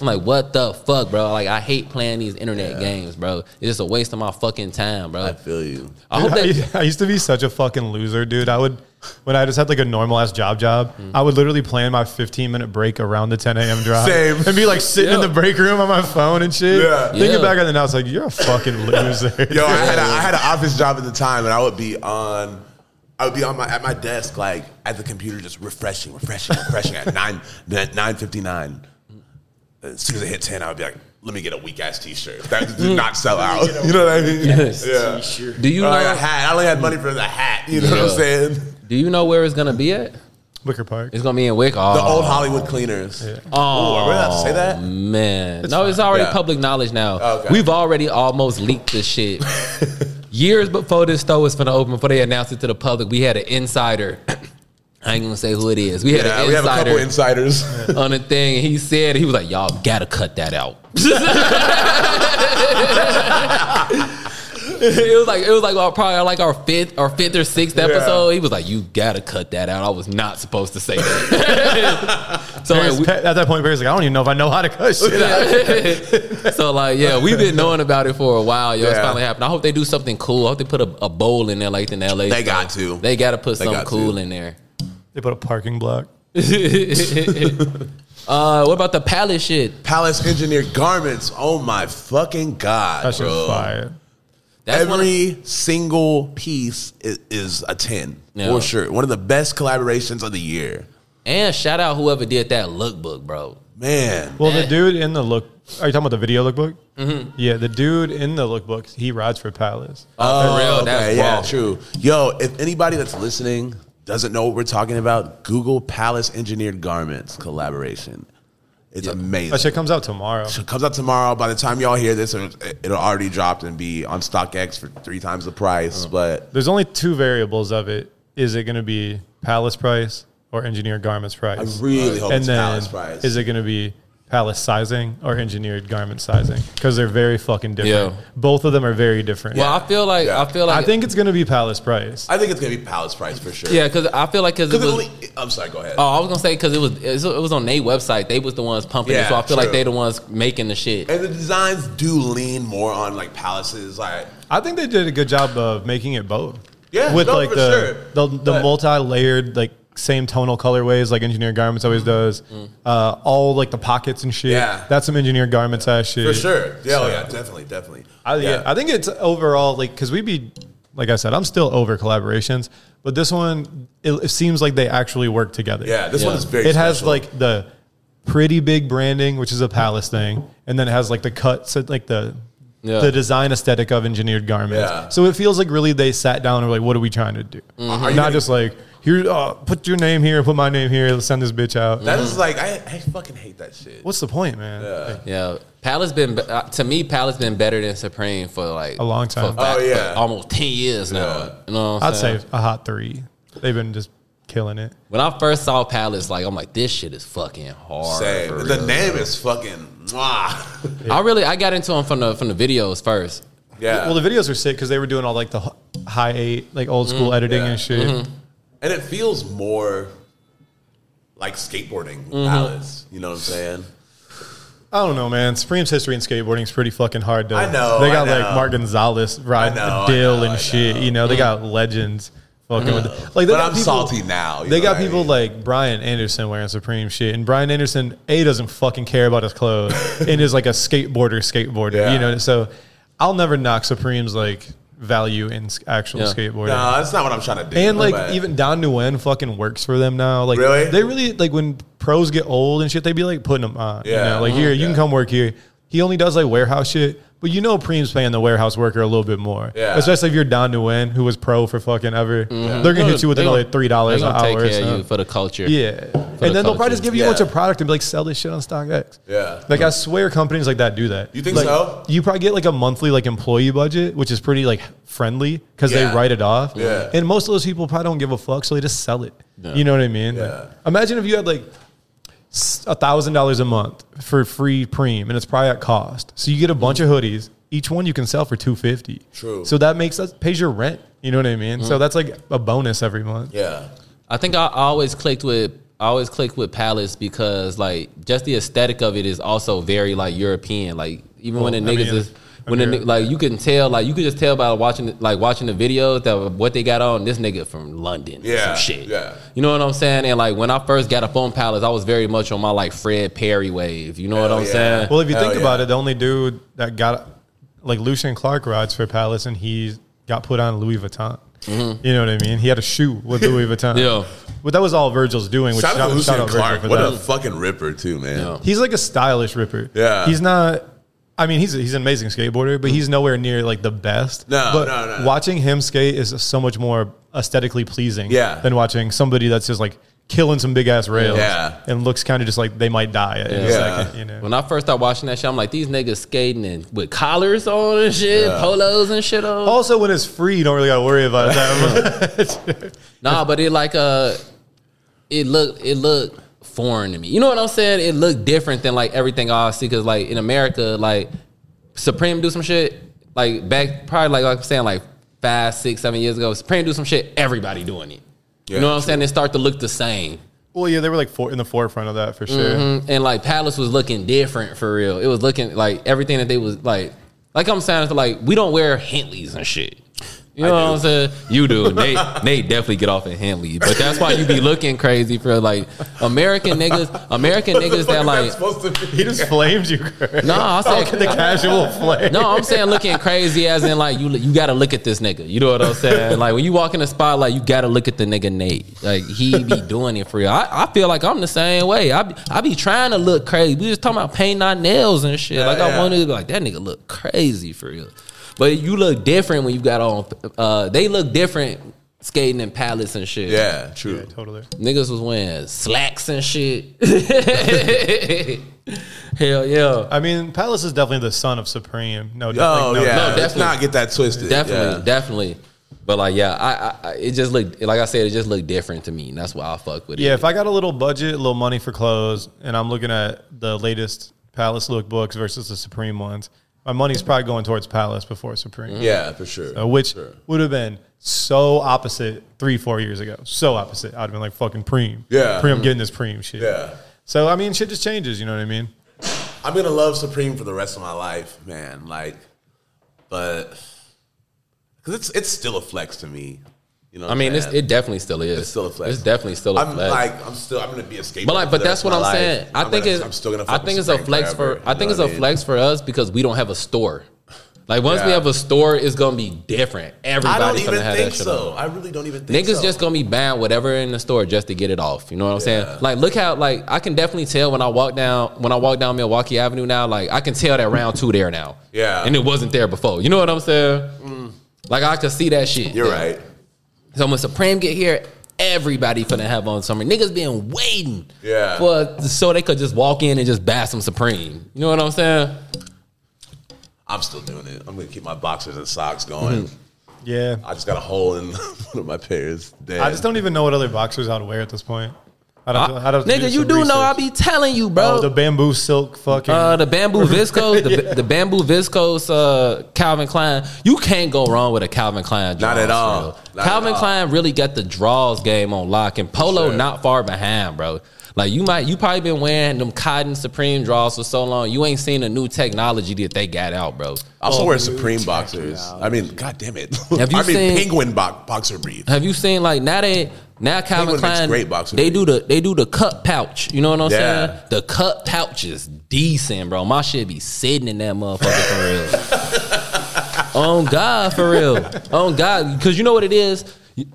S4: I'm like what the fuck bro like I hate playing these internet games bro it's just a waste of my fucking time bro
S3: I
S4: I,
S3: feel you. <laughs>
S4: hope
S2: Dude, <laughs>
S4: that
S2: I, I used to be such a fucking loser, dude. I would when I just had like a normal ass job job, I would literally plan my 15 minute break around the 10 a.m. drive
S3: Same.
S2: and be like sitting in
S4: Yeah.
S2: the break room on my phone and shit.
S3: Yeah.
S2: Thinking
S4: Yeah.
S2: back on it now, it's like you're a
S3: <laughs>
S2: fucking loser.
S3: Yo, I had, a, I had an office job at the time, and I would be on, I would be on my at my desk, like at the computer, just refreshing, refreshing, refreshing at <laughs> nine nine fifty nine. As soon as I hit ten, I would be like, "Let me get a weak ass t shirt." That did not sell out. <laughs> You know what I
S4: <laughs>
S3: mean? Yeah.
S4: do you
S3: Or like a
S4: know
S3: hat. I only had money for the hat. You know what
S4: Yeah.
S3: I'm saying?
S4: do you know where it's gonna be at
S2: Wicker Park.
S4: it's gonna be in Wick oh,
S3: The old Hollywood cleaners.
S4: Oh,
S3: Are we allowed to say that?
S4: Man, no, it's already
S3: Yeah. Oh,
S4: public knowledge now.
S3: Okay.
S4: We've already almost leaked
S3: <laughs>
S4: this shit. Years before this store was gonna open, before they announced it to the public, we had an insider. <coughs> I ain't gonna say who it is. We had
S3: Yeah,
S4: an
S3: we have a
S4: insider
S3: couple insiders.
S4: <laughs> on the thing, and he said he was like, "Y'all gotta cut that out." <laughs> it was like it was like our, probably like our fifth or fifth or sixth episode. He was like, "You gotta cut that out." I was not supposed to say that. <laughs> so
S2: Parents-
S4: like, we-
S2: pa- at that point, Barry's like, I don't even know if I know how to cut shit. out."
S4: <laughs> so like, yeah, we've been knowing about it for a while. Yo, it's
S3: Yeah.
S4: finally happened. I hope they do something cool. I hope they put a, a bowl in there like in L.A.
S3: <laughs> They got to.
S4: They got to put
S3: They
S4: something
S3: got
S4: cool
S3: to.
S4: in there.
S2: <laughs>
S4: <laughs>
S2: They put a parking block.
S4: Uh, what about the palette shit?
S3: Palace Engineer Garments. Oh my fucking god,
S2: That shit's
S3: bro.
S2: fire.
S4: That's one of,
S3: Every single piece is, is a 10
S4: Yeah.
S3: for sure. One of the best collaborations of the year.
S4: and shout out whoever did that lookbook, bro.
S3: Man.
S2: Well, the dude in the look. Are you talking about the video lookbook? Mm-hmm. Yeah, the dude in the lookbook. He rides for Palace.
S3: Uh,
S4: Oh, for real, that's
S3: okay, yeah,
S4: raw.
S3: true. Yo, if anybody that's listening doesn't know what we're talking about, Google Palace Engineered Garments collaboration. It's amazing.
S2: That shit comes out tomorrow.
S3: It comes out tomorrow. By the time y'all hear this, it'll it'll already dropped and be on StockX for three times the price.
S2: Oh.
S3: But
S2: There's only two variables of it. Is it going to be Palace price or Engineer Garments
S3: I
S2: price?
S3: really hope
S2: and
S3: it's
S2: then
S3: Palace price.
S2: is it going to be Palace sizing or Engineered Garment sizing? Because they're very fucking different.
S4: Yeah.
S2: Both of them are very different.
S4: Well, I feel like
S3: Yeah.
S4: I feel
S2: I
S4: like
S2: think it's going to be Palace price.
S3: I think it's gonna be Palace price for sure.
S4: yeah, because I feel like because it
S3: Because
S4: was.
S3: I'm sorry. Go ahead.
S4: Oh, I was gonna say because it was it was on their website. They was the ones pumping it,
S3: Yeah,
S4: so I feel like
S3: true.
S4: they the ones making the shit.
S3: and the designs do lean more on like palaces, like
S2: I think they did a good job of making it both.
S3: Yeah,
S2: with
S3: no,
S2: like
S3: for
S2: the,
S3: sure.
S2: the the
S3: But-
S2: multi-layered like same tonal colorways like Engineer Garments always does. Uh, all like the pockets and shit.
S3: Mm. Yeah.
S2: that's some Engineer Garments ass shit
S3: for sure. Yeah, oh,
S2: So-
S3: yeah, definitely, definitely.
S2: I, yeah. I think it's overall like because we be like I said, I'm still over collaborations, but this one it, it seems like they actually work together.
S3: yeah, this one
S4: Yeah.
S3: is very.
S2: it has
S3: special.
S2: like the pretty big branding, which is a palace thing, and then it has like the cuts, so, like the
S4: Yeah.
S2: the design aesthetic of engineered garments.
S3: Yeah. Mm-hmm.
S2: So it feels like really they sat down and were like, "What are we trying to do?"
S3: Are
S2: Not
S3: you gonna-
S2: just like here, uh, put your name here, put my name here, let's send this bitch out.
S3: that is like I, I fucking hate that shit.
S2: mm-hmm. What's the point, man? Like,
S4: Yeah, Palace been be- uh, to me. Palace been better than Supreme for like
S2: A long time.
S4: for back-
S3: Oh, yeah.
S4: for almost ten years now.
S3: Yeah.
S4: You know, what I'm
S2: I'd
S4: saying?
S2: say a hot three. They've been just killing it.
S4: when I first saw Palace, like I'm like, this shit is fucking hard.
S3: Same.
S4: for
S3: The
S4: real.
S3: name is fucking.
S2: <laughs>
S3: Mwah.
S4: I really I got into them from the from the videos first.
S3: Yeah.
S2: Well, the videos were sick because they were doing all like the h- high eight, like old school editing
S3: Mm-hmm. yeah.
S2: and shit.
S3: and it feels more like skateboarding
S2: Mm-hmm.
S3: palace. You know what I'm saying?
S2: I don't know, man. Supreme's history in skateboarding is pretty fucking hard to.
S3: I know,
S2: They
S3: I
S2: got
S3: know.
S2: like Mark Gonzalez riding
S3: I know, I
S2: Dill
S3: know,
S2: and
S3: I
S2: shit. You know, they got legends. Fucking with like they
S3: But
S2: got
S3: I'm salty now, you
S2: They
S3: know
S2: got
S3: what I
S2: people
S3: mean?
S2: like Brian Anderson wearing Supreme shit, and Brian Anderson a doesn't fucking care about his
S3: <laughs>
S2: clothes and is like a skateboarder, skateboarder.
S3: Yeah.
S2: You know, so I'll never knock Supreme's like value in s- actual
S4: Yeah.
S2: skateboarding.
S3: No, that's not what I'm trying to do.
S2: And like
S3: but-
S2: even Don Nguyen fucking works for them now. Like
S3: Really?
S2: they really like when pros get old and shit, they be like putting them on. Yeah.
S3: Yeah.
S2: Like
S3: Mhm.
S2: here, you
S3: Yeah.
S2: can come work here. He only does like warehouse shit, but you know Preem's paying the warehouse worker a little bit more.
S3: Yeah.
S2: Especially if you're Don Nguyen, who was pro for fucking ever. They're gonna hit you with
S4: They
S2: another
S4: gonna-
S2: three dollars
S4: they
S2: an
S4: gonna
S2: hour. or
S4: Take care of you
S2: something.
S4: for the culture.
S2: Yeah.
S4: the
S2: and then they'll probably just give you a bunch
S3: culture.
S2: of product and be like, sell this shit on StockX.
S3: Yeah.
S2: Like I swear companies like that do that.
S3: You think
S2: Like,
S3: so?
S2: You probably get like a monthly like employee budget, which is pretty like friendly because
S3: Yeah.
S2: they write it off.
S3: Yeah.
S2: And most of those people probably don't give a fuck, so they just sell it. You know what I mean? Like,
S3: Yeah.
S2: imagine if you had like a thousand dollars a month for free preem and it's probably at cost. So you get a bunch of hoodies. Each one you can sell for two fifty.
S3: True. Mm-hmm.
S2: So that makes us pays your rent. You know what I mean? So that's like a bonus every month.
S3: yeah,
S4: I think I always clicked with I always clicked with Palace because like just the aesthetic of it is also very like European. Like even when the
S2: I
S4: niggas
S2: mean,
S4: is when the,
S2: okay.
S4: ni- like you can tell like you could just tell by watching like watching the videos that what they got on this nigga from London yeah,
S3: Yeah,
S4: some shit.
S3: yeah.
S4: You know what I'm saying? And like when I first got up on Palace, I was very much on my like Fred Perry wave. You know what
S3: Hell
S4: I'm
S3: yeah.
S4: saying?
S2: Well, if you
S3: Hell
S2: think
S3: yeah.
S2: about it, the only dude that got like Lucian Clark rides for Palace, and he got put on Louis Vuitton.
S3: Mm-hmm.
S2: You know what I mean? He had a shoe with
S3: <laughs>
S2: Louis Vuitton.
S4: Yeah.
S2: but that was all Virgil's doing. Which
S3: shout out to
S2: shout
S3: Lucian
S2: out Virgil
S3: Clark.
S2: for
S3: What
S2: that.
S3: a fucking ripper too, man.
S4: Yeah.
S2: He's like a stylish ripper.
S3: Yeah.
S2: He's not. I mean, he's he's an amazing skateboarder, but he's nowhere near like the best.
S3: No,
S2: but
S3: no, no.
S2: Watching him skate is so much more aesthetically pleasing.
S3: Yeah.
S2: than watching somebody that's just like killing some big ass rails.
S3: Yeah.
S2: and looks kind of just like they might die at any
S3: Yeah.
S2: second. You know.
S4: When I first started watching that shit, I'm like, these niggas skating and with collars on and shit, polos and shit on.
S2: Also, when it's free, you don't really got to worry about it
S3: <laughs>
S2: that much.
S4: Nah, but it like uh, it looked it looked foreign to me. You know what I'm saying? It looked different than like everything I see because like in America, like Supreme do some shit like back probably like, like I'm saying like five, six, seven years ago. Supreme do some shit. Everybody doing it.
S3: Yeah,
S4: you know what I'm saying? They start to look the same,
S2: well, yeah, they were like for, in the forefront of that for sure.
S3: Mm-hmm.
S4: and like Palace was looking different for real. It was looking like everything that they was like, like I'm saying, it's like we don't wear Hentleys and shit. You know what I'm saying? You do. They they definitely get off in Henley, but that's why you be looking crazy for like American niggas. American niggas that like
S2: <laughs> He just flamed you. Kurt. <laughs>
S4: no, I said
S2: the casual flame.
S4: no. I'm saying looking crazy as in like you you got to look at this nigga. You know what I'm saying? Like when you walk in the spotlight, you got to look at the nigga Nate. Like he be doing it for real. I, I feel like I'm the same way. I be, I be trying to look crazy. We just talking about painting our nails and shit. like I
S3: yeah.
S4: wanted to be like that nigga look crazy for real. But you look different when you got on. Uh, they look different skating in pallets and shit.
S3: Yeah, true.
S2: Totally.
S4: Niggas was wearing slacks and shit. <laughs> Hell yeah.
S2: I mean, Palace is definitely the son of Supreme. No,
S3: Oh,
S2: definitely, no,
S3: yeah.
S2: no.
S3: Let's
S4: definitely.
S3: not get that twisted.
S4: Definitely,
S3: Yeah.
S4: definitely. But like, yeah, I, I, I it just looked like I said, it just looked different to me. And that's why I fuck with it.
S2: Yeah, if I got a little budget, a little money for clothes, and I'm looking at the latest Palace lookbooks versus the Supreme ones, my money's probably going towards Palace before Supreme.
S3: Yeah, for Mm-hmm. sure.
S2: Uh, which would have been so opposite three, four years ago. So opposite. I'd have been like fucking preem.
S3: Yeah. Mm-hmm.
S2: Preem, I'm getting this preem shit.
S3: Yeah.
S2: So I mean, shit just changes. You know what I mean?
S3: I'm gonna love Supreme for the rest of my life, man. Like, but because it's it's still a flex to me. You know, what
S4: I
S3: I'm
S4: mean, it's,
S3: saying?
S4: it definitely still is.
S3: It's still a flex.
S4: It's definitely still a
S3: I'm
S4: flex.
S3: like, I'm still, I'm gonna be a skateboarder.
S4: but like,
S3: for
S4: but
S3: the rest
S4: that's what
S3: of
S4: I'm
S3: my life.
S4: saying. I
S3: I'm
S4: think
S3: gonna-
S4: it's.
S3: I'm still gonna.
S4: I
S3: fuck with
S4: think it's a
S3: Supreme
S4: flex
S3: forever,
S4: for.
S3: you
S4: I
S3: know
S4: think it's
S3: what
S4: a
S3: mean?
S4: flex for us because we don't have a store. Like once we
S3: Yeah.
S4: have a store, it's gonna be different.
S3: I don't
S4: Everybody's gonna
S3: even
S4: have
S3: think
S4: that shit. on.
S3: so. I really don't even think
S4: Niggas
S3: so.
S4: just gonna be buying whatever in the store just to get it off. You know what I'm
S3: Yeah.
S4: saying? Like, look how like I can definitely tell when I walk down when I walk down Milwaukee Avenue now. Like, I can tell that round two there now.
S3: Yeah.
S4: and it wasn't there before. You know what I'm saying? Like, I could see that shit.
S3: You're right.
S4: So when Supreme get here, everybody finna have on summer. Niggas been waiting.
S3: Yeah.
S4: For so they could just walk in and just buy some Supreme. You know what I'm saying?
S3: I'm still doing it. I'm gonna keep my boxers and socks going.
S4: Mm-hmm.
S2: Yeah.
S3: I just got a hole in <laughs> one of my pairs. Damn.
S2: I just don't even know what other boxers I'd wear at this point. I don't. I, don't
S4: Nigga, you
S2: some
S4: do
S2: research.
S4: know I be telling you, bro.
S2: Oh, the bamboo silk fucking.
S4: Uh,
S3: <laughs>
S4: the bamboo viscose, the, the bamboo viscose, uh, Calvin Klein. You can't go wrong with a Calvin Klein. Draws,
S3: Not at all.
S4: bro.
S3: Not
S4: Calvin
S3: at all.
S4: Klein really got the draws game on lock, and Polo
S3: sure.
S4: not far behind, bro. Like you might, you probably been wearing them cotton Supreme draws for so long, you ain't seen the new technology that they got out, bro.
S3: I also wear Supreme boxers. I mean, god damn it. <laughs>
S4: Have you
S3: I mean,
S4: seen-
S3: penguin bo- boxer brief.
S4: Have you seen like now they now Calvin
S3: Penguin makes
S4: Klein
S3: great boxing
S4: they
S3: briefs.
S4: do the they do the cut pouch. You know what I'm
S3: Yeah.
S4: saying? The cut pouch is decent, bro. My shit be sitting in that motherfucker for real. On God, for real. On God, because you know what it is.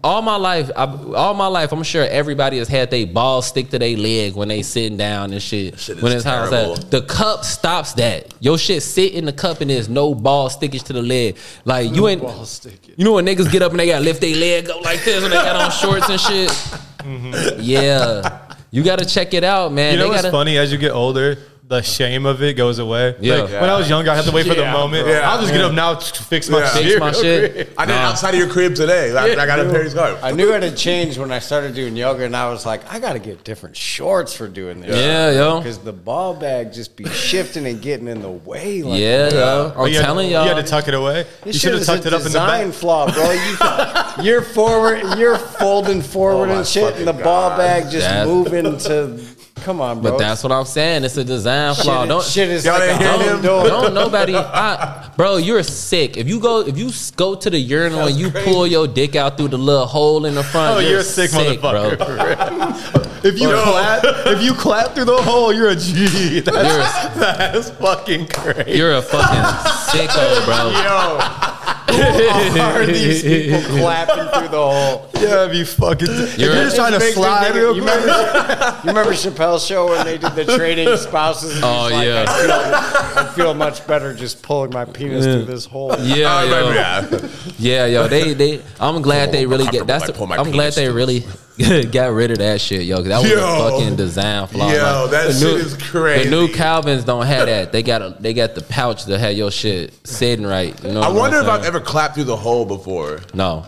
S4: All my life, I, all my life, I'm sure everybody has had their balls stick to their leg when they sitting down and shit.
S3: Shit is
S4: when it's hot outside.
S3: terrible.
S4: the cup stops that. Your shit sit in the cup and there's no ball stickage to the leg. Like you ain't
S5: ball stickage.
S4: you know when niggas get up and they gotta lift their leg up like this when they got on shorts and shit. Yeah, you gotta check it out, man.
S2: you know
S4: they
S2: what's
S4: gotta,
S2: funny? As you get older, the shame of it goes away.
S4: Yeah.
S2: Like, When I was younger, I had to wait for the moment.
S3: Yeah.
S2: I'll just get up now, fix my
S3: Yeah.
S2: shit. <laughs>
S4: Fix my
S2: real
S4: shit.
S2: quick.
S3: <laughs> I did outside of your crib today. I, I got a pair of scarf.
S5: I knew it had changed when I started doing yoga, and I was like, I got to get different shorts for doing this.
S4: Yeah, yo.
S5: Because the ball bag just be shifting and getting in the way. Like,
S4: Yeah, yo.
S2: But
S4: I'm
S2: you had-
S4: telling
S2: you
S4: y'all.
S2: had to tuck it away.
S5: This
S2: you
S5: shit
S2: should have
S5: is
S2: tucked
S5: a
S2: it up in the
S5: design
S2: back.
S5: flaw, bro.
S2: <laughs>
S5: You, you're forward, you're folding forward
S3: Oh my
S5: and shit, and the
S3: fucking
S5: ball
S3: God.
S5: bag just
S4: That-
S5: moving to. Come on, bro.
S4: but that's what I'm saying. It's a design
S5: shit,
S4: flaw.
S5: is-
S4: Don't
S5: shit is
S3: Y'all
S5: like a
S3: didn't hear
S5: home
S3: him?
S5: door.
S4: don't nobody. I, bro, you're sick. If you go, if you s- go to the urinal and you pull your dick out through the little hole in the front,
S2: Oh,
S4: you're,
S2: you're a sick, motherfucker.
S4: bro.
S2: <laughs> If you
S3: Yo.
S2: clap, if you clap through the hole, you're a G. <laughs>
S4: You're
S2: That's,
S4: a,
S2: that's fucking crazy.
S4: <laughs> you're a fucking
S3: <laughs>
S4: sicko, bro.
S3: Yo, <laughs>
S2: <laughs>
S5: Are these people
S4: <laughs>
S5: clapping through the hole?
S2: Yeah, if you fucking. if
S4: You're
S2: you're
S4: a-
S2: just trying to
S5: Makes me
S2: slide
S5: think of-
S2: real
S5: you
S2: quick.
S5: remember, you remember Chappelle's show when they
S2: <laughs>
S5: did the trading spouses? And
S4: Oh,
S5: he's like,
S4: yeah.
S5: I feel, I feel much better just pulling my penis through this hole.
S4: Yeah,
S3: Uh, I
S4: yo.
S3: remember
S4: <laughs>
S3: that.
S4: Yeah, yo, they they. I'm glad they really get.
S3: comfortable.
S4: That's.
S3: I pull my
S4: I'm
S3: penis
S4: glad they
S3: through.
S4: really <laughs> got rid of that shit, yo. 'cause That was a
S3: Yo.
S4: fucking design flaw.
S3: Yo, that
S4: the
S3: shit is crazy.
S4: The new Calvins don't have that. They got a, they got the pouch that had your shit sitting right. You know
S3: I
S4: what I'm
S3: wonder if
S4: saying?
S3: I've ever clapped through the hole before. <laughs>
S4: No,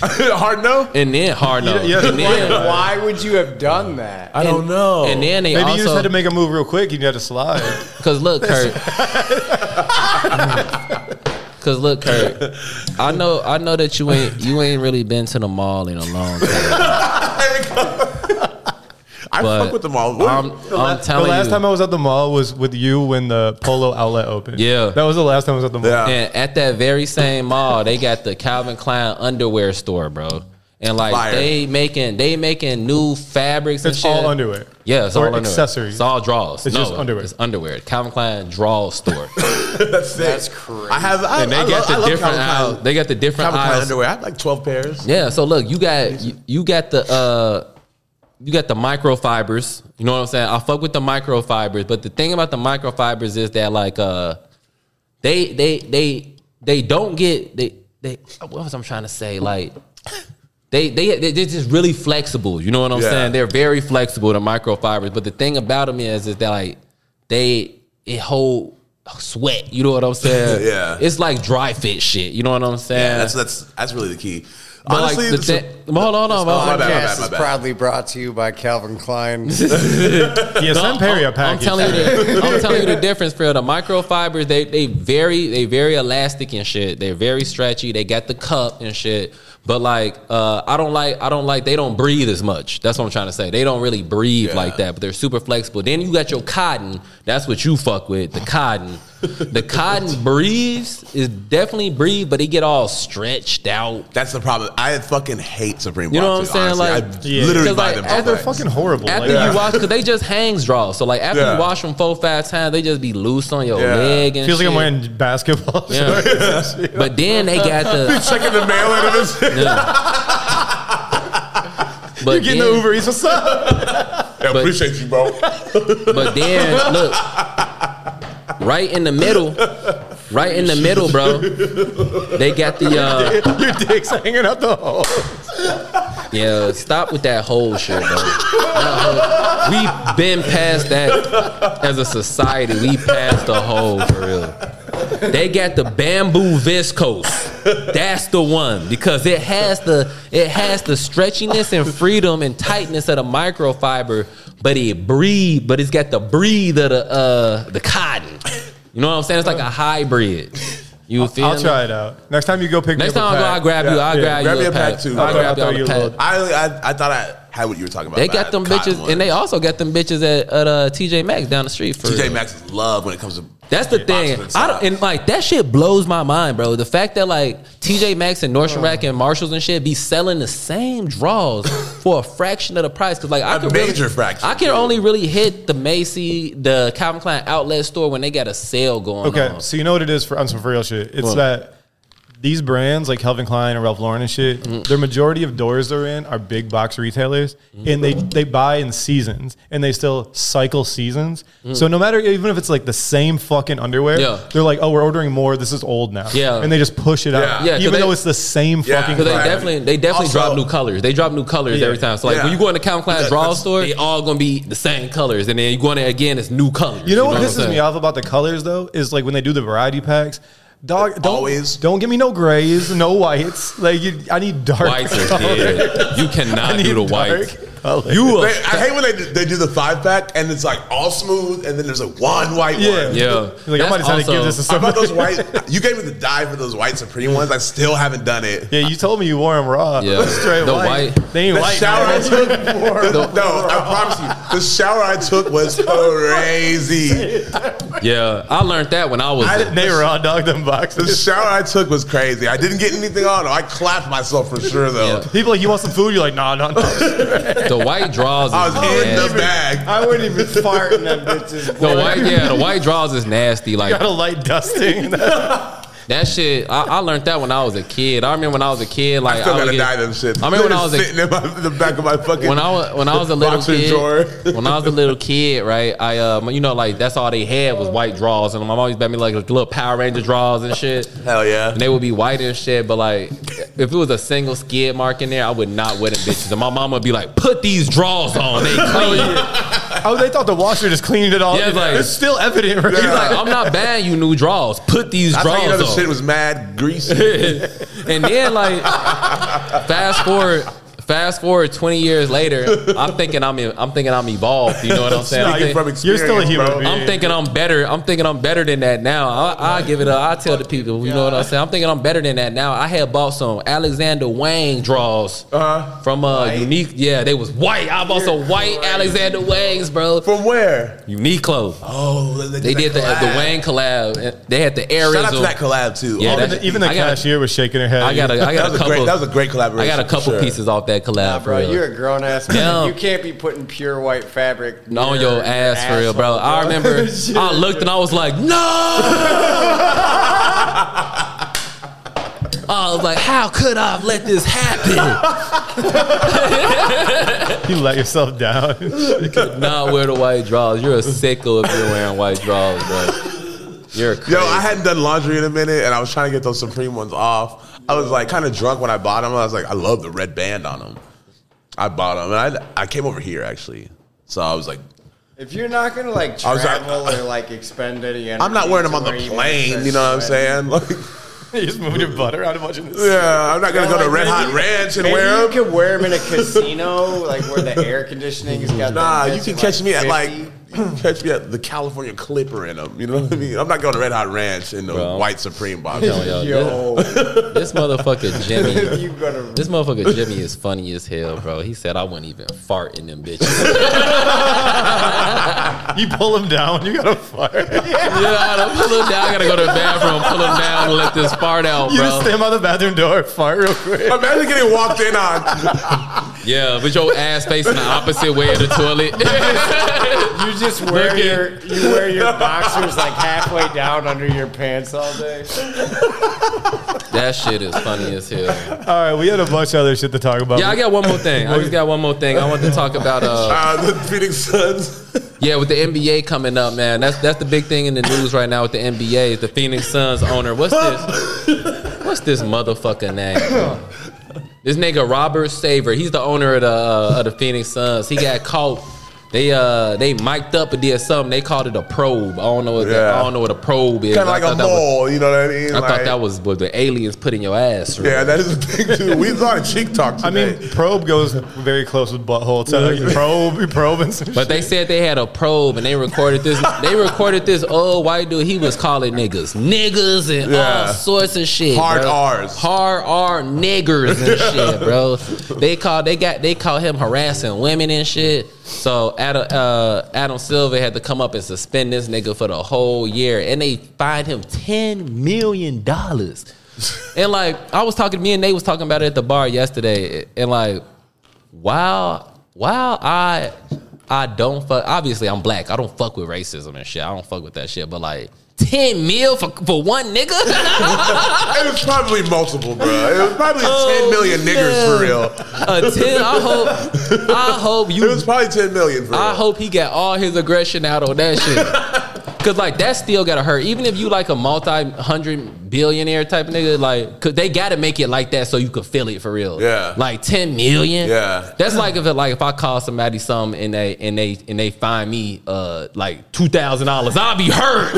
S3: Hard no?
S4: and then hard no.
S2: yeah,
S4: and then,
S2: yeah.
S5: Why would you have done that?
S3: I don't know.
S4: And then they
S2: Maybe you just had to
S4: also
S2: make a move real quick. and You had to
S4: <laughs>
S2: slide.
S4: because look, Kurt.
S2: <laughs>
S4: Because look, Kurt. I know I know that you ain't you ain't really been to the mall in a long time.
S3: <laughs> I I
S4: But
S3: fuck with them all.
S4: I'm, I'm
S2: The
S4: telling
S2: last
S4: you.
S2: time I was at the mall was with you when the Polo outlet opened.
S4: Yeah.
S2: that was the last time I was at the mall.
S3: Yeah.
S4: And at that very same mall, they got the Calvin Klein underwear store, bro. And like
S3: Fire.
S4: they making they making new fabrics. and
S2: It's
S4: shit.
S2: all underwear.
S4: Yeah, it's
S2: Or
S4: all underwear.
S2: accessories.
S4: It's all draws.
S2: It's
S4: No,
S2: just underwear.
S4: It's underwear. Calvin Klein
S2: <laughs>
S4: draw store.
S3: <laughs> that's,
S5: That's
S3: sick.
S5: crazy.
S3: I have. I,
S4: and they
S3: I
S4: got
S3: love, I
S4: the
S3: love
S4: different
S3: Calvin Klein-
S4: aisles. They got the different
S3: Calvin Klein
S4: aisles.
S3: underwear. I have like twelve pairs.
S4: Yeah. So look, you got you, you got the uh you got the microfibers. You know what I'm saying? I fuck with the microfibers, but the thing about the microfibers is that like uh they they they they don't get they they what was I'm trying to say like. They they they- they're just really flexible. You know what I'm
S3: Yeah.
S4: saying? They're very flexible, the microfibers. But the thing about them is, is that like they it hold sweat. You know what I'm
S3: <laughs>
S4: saying?
S3: Yeah.
S4: it's like dry fit shit. You know what I'm saying?
S3: Yeah, that's that's that's really the key.
S4: But
S3: Honestly,
S4: like the
S3: this-
S4: thing- hold on, hold on,
S3: Oh,
S4: hold
S3: my
S4: on.
S3: bad, my bad,
S5: Podcast
S3: my
S5: is
S3: bad.
S5: proudly brought to you by
S4: <laughs>
S5: Calvin Klein.
S2: Yeah, send Perry a
S4: I'm, I'm
S2: package.
S4: telling
S3: <laughs>
S4: you, the, I'm telling you the difference, Phil. The microfibers, they they very they very elastic and shit. They're very stretchy. They got the cup and shit. But like, uh, I don't like I don't like they don't breathe as much. That's what I'm trying to say. They don't really breathe
S3: Yeah.
S4: like that. But they're super flexible. Then you got your cotton. That's what you fuck with. The cotton.
S3: <laughs>
S4: The cotton breathes is definitely breathe, but it get all stretched out.
S3: That's the problem. I fucking hate Supreme.
S4: You know
S3: boxes,
S4: what I'm saying?
S3: honestly.
S2: Like-
S3: I literally buy
S4: Yeah.
S3: them.
S4: Because, like, oh,
S3: all
S4: after
S2: They're
S3: day.
S2: fucking horrible.
S4: After
S2: Like,
S4: you wash, because they just hangs draw. So like after
S3: Yeah.
S4: you wash them four five times, they just be loose on your
S3: Yeah.
S4: leg and
S2: feels
S4: shit.
S2: like I'm wearing basketball.
S4: Yeah. But then they
S3: <laughs>
S4: got the.
S3: <laughs> Checking the mail in of
S4: <laughs>
S3: this.
S4: But
S2: Getting
S4: then,
S2: the Uber Eats. What's up?
S3: <laughs> Yeah, appreciate you,
S4: <laughs>
S3: bro.
S4: But then look, right in the middle, right in the middle, bro. They got the. Uh,
S2: <laughs> Your dick's hanging out the hole.
S4: Yeah, stop with that whole shit, bro. That whole- We've been past that as a society. We passed the whole for real. They got the bamboo viscose. That's the one because it has the it has the stretchiness and freedom and tightness of the microfiber, but it breathe, but it's got the breathe of the uh the cotton. You know what I'm saying? It's like a hybrid. You feel
S2: I'll
S4: me?
S2: try it out next time you go pick
S4: Next
S2: me up.
S4: time I go, I'll grab you.
S2: Yeah,
S4: I'll
S2: yeah.
S4: grab,
S3: Grab
S4: you
S3: me
S4: a
S3: a pack,
S4: pack.
S3: too.
S4: I'll
S3: Okay,
S4: grab
S2: I'll
S4: you
S2: throw
S4: a
S2: you a
S4: pack.
S2: little-
S3: I, I I thought I had what you were talking about.
S4: They
S3: but I
S4: got
S3: had
S4: them
S3: cotton
S4: bitches, and they
S3: ones.
S4: also got them bitches at, at uh, TJ Maxx down the street for
S3: TJ
S4: real.
S3: Maxx love when it comes to
S4: That's the
S3: boxing
S4: thing.
S3: and
S4: I
S3: socks.
S4: don't, and like that shit blows my mind, bro. The fact that like TJ Maxx and Nordstrom Rack and Marshalls and shit be selling the
S3: <laughs>
S4: same draws for a fraction of the price. Cause like I
S3: A
S4: could
S3: major
S4: really,
S3: fraction,
S4: I can
S3: dude.
S4: only really hit the Macy, the Calvin Klein outlet store when they got a sale going
S2: Okay,
S4: on.
S2: so you know what it is for on some for real shit. It's that these brands like Calvin Klein and Ralph Lauren and shit,
S4: Mm-hmm.
S2: their majority of doors they're in are big box retailers,
S4: Mm-hmm.
S2: and they they buy in seasons and they still cycle seasons. So no matter even if it's like the same fucking underwear,
S4: Mm. Yeah.
S2: they're like, oh, we're ordering more. This is old now.
S4: Yeah.
S2: and they just push it out,
S3: Yeah.
S4: Yeah, 'cause
S2: even
S4: they-
S2: though it's the same
S3: Yeah.
S2: fucking.
S4: Because they
S3: Right.
S4: definitely they definitely
S3: Also-
S4: drop new colors. They drop new colors
S2: Yeah.
S4: every time. So like
S3: Yeah.
S4: when you go in the Calvin Klein
S3: That-
S4: draw
S3: that's-
S4: store, they all gonna be the same colors, and then you go in there again, it's new colors.
S2: You know what
S4: I'm
S2: pisses me
S4: saying?
S2: off about the colors though is like when they do the variety packs. Dog, don't,
S3: Always.
S2: don't give me no grays, no whites. Like you, I need dark
S4: Whites are
S2: colors.
S4: dead. You cannot do the
S2: dark
S4: whites.
S2: colors.
S4: You
S3: They,
S4: a,
S3: I hate when they do, they do the five pack and it's like all smooth and then there's a one white
S2: Yeah.
S3: one.
S4: yeah.
S2: Like, I might
S4: That's
S2: decide to give
S4: also-
S2: this to
S3: I bought
S2: somebody.
S4: <laughs>
S3: those white. You gave me the dye for those white Supreme ones. I still haven't done it.
S2: <laughs> yeah, you told me you wore them raw.
S4: Yeah.
S2: <laughs> Straight
S4: The
S2: white.
S4: white-
S2: They ain't
S3: The
S2: white.
S3: shower I
S2: man.
S4: <laughs>
S3: took. the- <laughs> no, I promise you, the shower I took
S4: <laughs>
S3: was crazy.
S4: Yeah, I learned that when I was.
S3: I
S4: I,
S2: <laughs>
S3: didn't-
S2: They raw dog them
S3: The
S2: boxes.
S3: shower I took was crazy. I didn't get anything on. I clapped myself for sure though.
S4: Yeah.
S2: People like, you want some food? You're like, nah, nah, nah.
S4: the white draws is
S3: I was in the
S4: nasty.
S3: bag.
S5: I wouldn't even fart in that bitch's
S4: The white, yeah, the white draws is nasty. Like
S2: Got a light dusting. <laughs> Oh,
S4: that shit. I, I learned that when I was a kid. I remember when I was a kid. Like
S3: I still
S4: would
S3: gotta
S4: get-
S3: dye them shit.
S4: I remember when I was a
S3: sitting in, my, in the back of my fucking
S4: when I was when I
S3: <laughs>
S4: was a little
S3: boxer
S4: kid,
S3: drawer.
S4: when I was a little kid, right? I um, you know, like that's all they had was white draws, and my mom always made me like little Power Ranger draws and shit.
S3: <laughs> Hell yeah.
S4: And they would be white and shit, but like if it was a single skid mark in there, I would not wear them bitches. And my mom would be like, "Put these draws
S3: <laughs>
S4: on, they clean."
S2: oh, they thought the washer just cleaned it all.
S4: Yeah,
S2: Yeah,
S4: it's like-
S2: it's still evident. Right?
S3: Yeah.
S4: She's like, "I'm not buying you new draws. Put these
S3: I
S4: draws
S3: thought you know the
S4: on." <laughs>
S3: shit was mad greasy.
S4: and then like fast forward Fast forward 20 years later, I'm thinking I'm e, I'm thinking I'm evolved. You
S3: <laughs>
S4: know what I'm saying? I'm,
S3: Speaking
S4: think-
S3: from
S2: <laughs> You're still a
S3: experience,
S2: human
S3: bro.
S2: being.
S4: I'm thinking I'm better. I'm thinking I'm better than that now. I, I give it up. I tell the people, you know what I'm saying? I'm thinking I'm better than that now. I had bought some Alexander Wang draws
S3: Uh-huh.
S4: from uh unique. Yeah, they was white. I bought some white Alexander Wangs, bro.
S3: From where?
S4: Uniqlo.
S3: Oh,
S4: They did the, uh, the Wang collab. They had the Aries.
S3: Shout out to that collab too.
S4: Yeah,
S3: All
S4: that-
S3: the-
S2: Even the
S4: I got-
S2: cashier was shaking her head.
S4: I got a, I
S3: that
S4: got
S3: was
S4: a
S3: a
S4: couple.
S3: great. That was a great collaboration.
S4: I got a couple
S3: for sure.
S4: pieces off that collab,
S5: Nah, bro,
S4: for real.
S5: you're a grown ass
S4: Damn.
S5: man. You can't be putting pure white fabric
S4: No, on your ass for real, bro. I <laughs> remember I looked and I was like, no. I was like, how could I have let this happen?
S2: <laughs> you let yourself <laughs> down.
S4: Not wear the white drawers. You're a sicko if you're wearing white drawers, bro. You're crazy.
S3: Yo, I hadn't done laundry in a minute, and I was trying to get those Supreme ones off. I was like kind of drunk when I bought them. I was like, I love the red band on them. I bought them, and I I came over here actually, so I was like,
S5: If you're not gonna like
S3: I was-
S5: travel or like expend any energy,
S3: I'm not wearing them
S5: to
S3: on the
S5: where wanna
S3: plane.
S5: start
S3: You know what I'm
S5: sweating.
S3: saying? <laughs> Like,
S2: you just moved your butt around a bunch of this.
S3: yeah, I'm not gonna
S5: Well,
S3: go to
S5: like,
S3: Red
S5: maybe-
S3: Hot Ranch and
S5: Maybe
S3: wear
S5: you
S3: them.
S5: could wear them in a casino, like where the air conditioning's got.
S3: Nah,
S5: them
S3: you
S5: bitches,
S3: can catch me at like.
S5: 50.
S3: <clears throat> You can catch me at the California Clipper in them. You know what I mean? I'm not going to Red Hot Ranch in the
S4: Bro.
S3: white Supreme box.
S4: Telling y'all,
S5: Yo,
S4: This, this motherfucker Jimmy.
S5: you
S4: <laughs>
S5: gonna
S4: This motherfucker Jimmy is funny as hell, bro. He said I wouldn't even fart in them bitches. <laughs> you
S2: You pull him down. You got to fire.
S4: know, I gotta pull him down. I gotta go to the bathroom, pull him down, and let this fart out,
S2: You
S4: bro.
S2: just stand by the bathroom door, fart real quick.
S3: <laughs> Imagine getting walked in on.
S4: Yeah, but your ass facing the opposite way of the
S3: <laughs>
S4: toilet.
S5: You just wear
S4: Look at-
S5: your you wear your boxers like halfway down under your pants all day.
S4: that shit is funny as hell.
S2: All right, we had a bunch of other shit to talk about.
S4: Yeah, I got one more thing. I just got one more thing. I want to talk about uh
S3: Uh, the Phoenix Suns. <laughs>
S4: yeah, with the NBA coming up, man. That's that's the big thing in the news right now with the NBA is the Phoenix Suns owner. What's this?
S3: <laughs>
S4: What's this motherfucker name? bro? This nigga Robert Saver, he's the owner of the uh, of the Phoenix Suns. He got caught. They uh they mic'd up and did something. They called it a probe. I don't know what that,
S3: Yeah.
S4: I don't know what a probe is.
S3: kind of
S4: I
S3: like
S4: thought
S3: a
S4: that was-
S3: mole. you know what I mean?
S4: I thought
S3: Like-
S4: that was what the aliens put in your ass. Right?
S3: Yeah, that is a thing too. We saw a cheek talk
S2: I
S3: today.
S2: mean, probe goes very close with butthole. So you probe, you probe, and some
S4: But they said they had a probe and they recorded this. They recorded this old white dude. He was calling niggas niggas and all
S3: Yeah.
S4: sorts of shit.
S3: Hard
S4: bro.
S3: R's.
S4: hard R niggers
S3: <laughs>
S4: and shit, bro. They called they got they called him harassing women and shit. So Adam uh, Adam Silver had to come up and suspend this nigga for the whole year, and they fined him ten million
S3: <laughs>
S4: dollars. And like I was talking, me and Nate was talking about it at the bar yesterday, and like while while I I don't fuck obviously I'm black. I don't fuck with racism and shit. I don't fuck with that shit. But like ten mil for for one nigga? <laughs>
S3: it was probably multiple, bro. It was probably
S4: Oh,
S3: 10 million niggers for
S4: yeah.
S3: real.
S4: A ten I hope I hope
S3: It
S4: you
S3: was probably 10 million for real.
S4: I hope he got all his aggression out on that
S3: <laughs>
S4: shit. Cause like that still gotta hurt. Even if you like a multi hundred billionaire type nigga, like cause they gotta make it like that so you can feel it for real.
S3: Yeah.
S4: Like ten million.
S3: Yeah.
S4: That's like if it like if I call somebody something and they and they and they find me uh like two thousand dollars, I'll be hurt.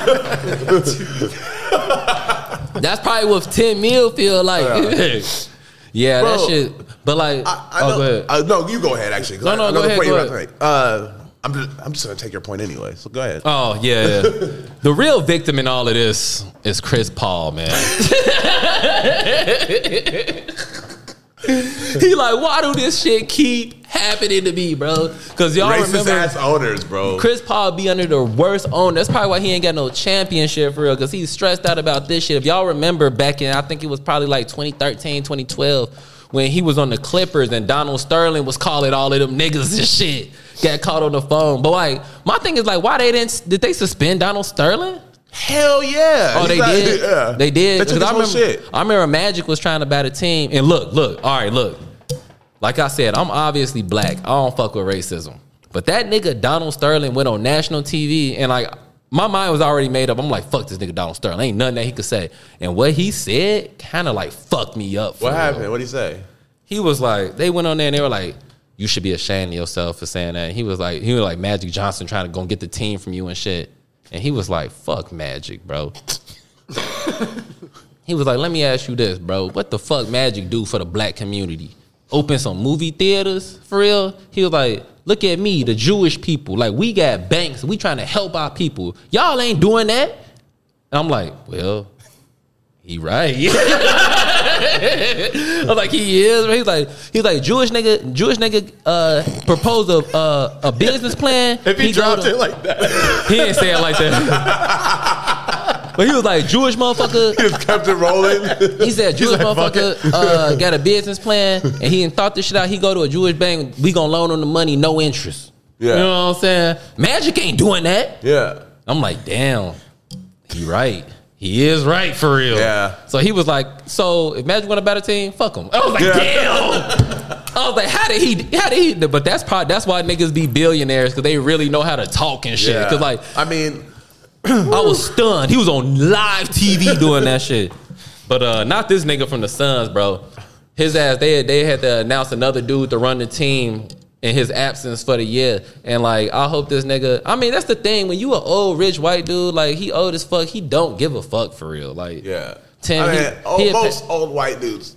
S4: <laughs> That's probably what ten mil feel like. <laughs> Yeah, that
S3: Bro,
S4: shit. But like
S3: I, I
S4: oh,
S3: know,
S4: go ahead.
S3: uh, no, you go ahead, actually. 'cause
S4: No,
S3: I-
S4: no,
S3: I
S4: go
S3: know the
S4: ahead,
S3: point
S4: go
S3: you're about to make. Uh, I'm just, I'm just going to take your point anyway, so go ahead.
S4: Oh
S3: <laughs>
S4: yeah, yeah. the real victim in all of this is Chris Paul,
S3: <laughs>
S4: man. he like, why do this shit keep happening to me, bro? Because y'all
S3: Racist
S4: remember
S3: ass owners, bro.
S4: Chris Paul be under the worst owner. That's probably why he ain't got no championship for real, because he's stressed out about this shit. If y'all remember back in, I think it was probably like 2013, 2012, when he was on the Clippers and Donald Sterling was calling all of them niggas and shit. Got caught on the phone. But like, my thing is like, why they didn't, did they suspend Donald Sterling?
S3: Hell yeah.
S4: Oh, they
S3: He's not-
S4: did.
S3: Yeah.
S4: They did.
S3: They took
S4: 'Cause I
S3: his whole
S4: remember,
S3: shit.
S4: I remember Magic was trying to bat a team, and look, look, all right, look. Like I said, I'm obviously black. I don't fuck with racism, but that nigga Donald Sterling went on national TV, and like my mind was already made up. I'm like, fuck this nigga Donald Sterling. Ain't nothing that he could say. And what he said kind of like fucked me up. for
S3: What
S4: real.
S3: happened? What'd he say?
S4: He was like, they went on there and they were like. You should be ashamed of yourself for saying that. And he was like, he was like Magic Johnson trying to go and get the team from you and shit. And he was like, fuck Magic, bro. He was like, "Let me ask you this, bro. What the fuck Magic do for the black community?" open some movie theaters for real. He was like, look at me, the Jewish people. Like we got banks. We trying to help our people. Y'all ain't doing that. And I'm like, well, he right. <laughs> I was like, he is. He's like, he's like Jewish nigga. Jewish nigga uh, proposed a uh, a business plan.
S2: If he,
S4: go
S2: dropped
S4: to-
S2: it like that,
S4: <laughs> he didn't say it like that. <laughs> But he was like Jewish motherfucker.
S3: Just kept it rolling.
S4: He said Jewish
S2: like, "Fuck
S4: motherfucker uh, got a business plan and he ain't thought this shit out. He go to a Jewish bank. We gonna loan him the money, no interest.
S3: <laughs> Yeah.
S4: You know what I'm saying? Magic ain't doing that.
S3: yeah.
S4: I'm like, damn, he right. He is right for real.
S3: Yeah.
S4: So he was like, so if Magic want a better team, fuck him. I was like,
S3: Yeah.
S4: damn. I was like, how did he? How did he? But that's probably that's why niggas be billionaires because they really know how to talk and shit.
S3: Yeah.
S4: Because like
S3: I mean,
S4: <clears throat> I was stunned. He was on live TV doing that shit. But uh, not this nigga from the Suns, bro. His ass, they they had to announce another dude to run the team in his absence for the year. And like, I hope this nigga. I mean, that's the thing. When you an old rich white dude, like he old as fuck, he don't give a fuck for real. Like,
S3: yeah.
S4: Tim,
S3: I
S4: he-
S3: mean, all-
S4: he a-
S3: most old white dudes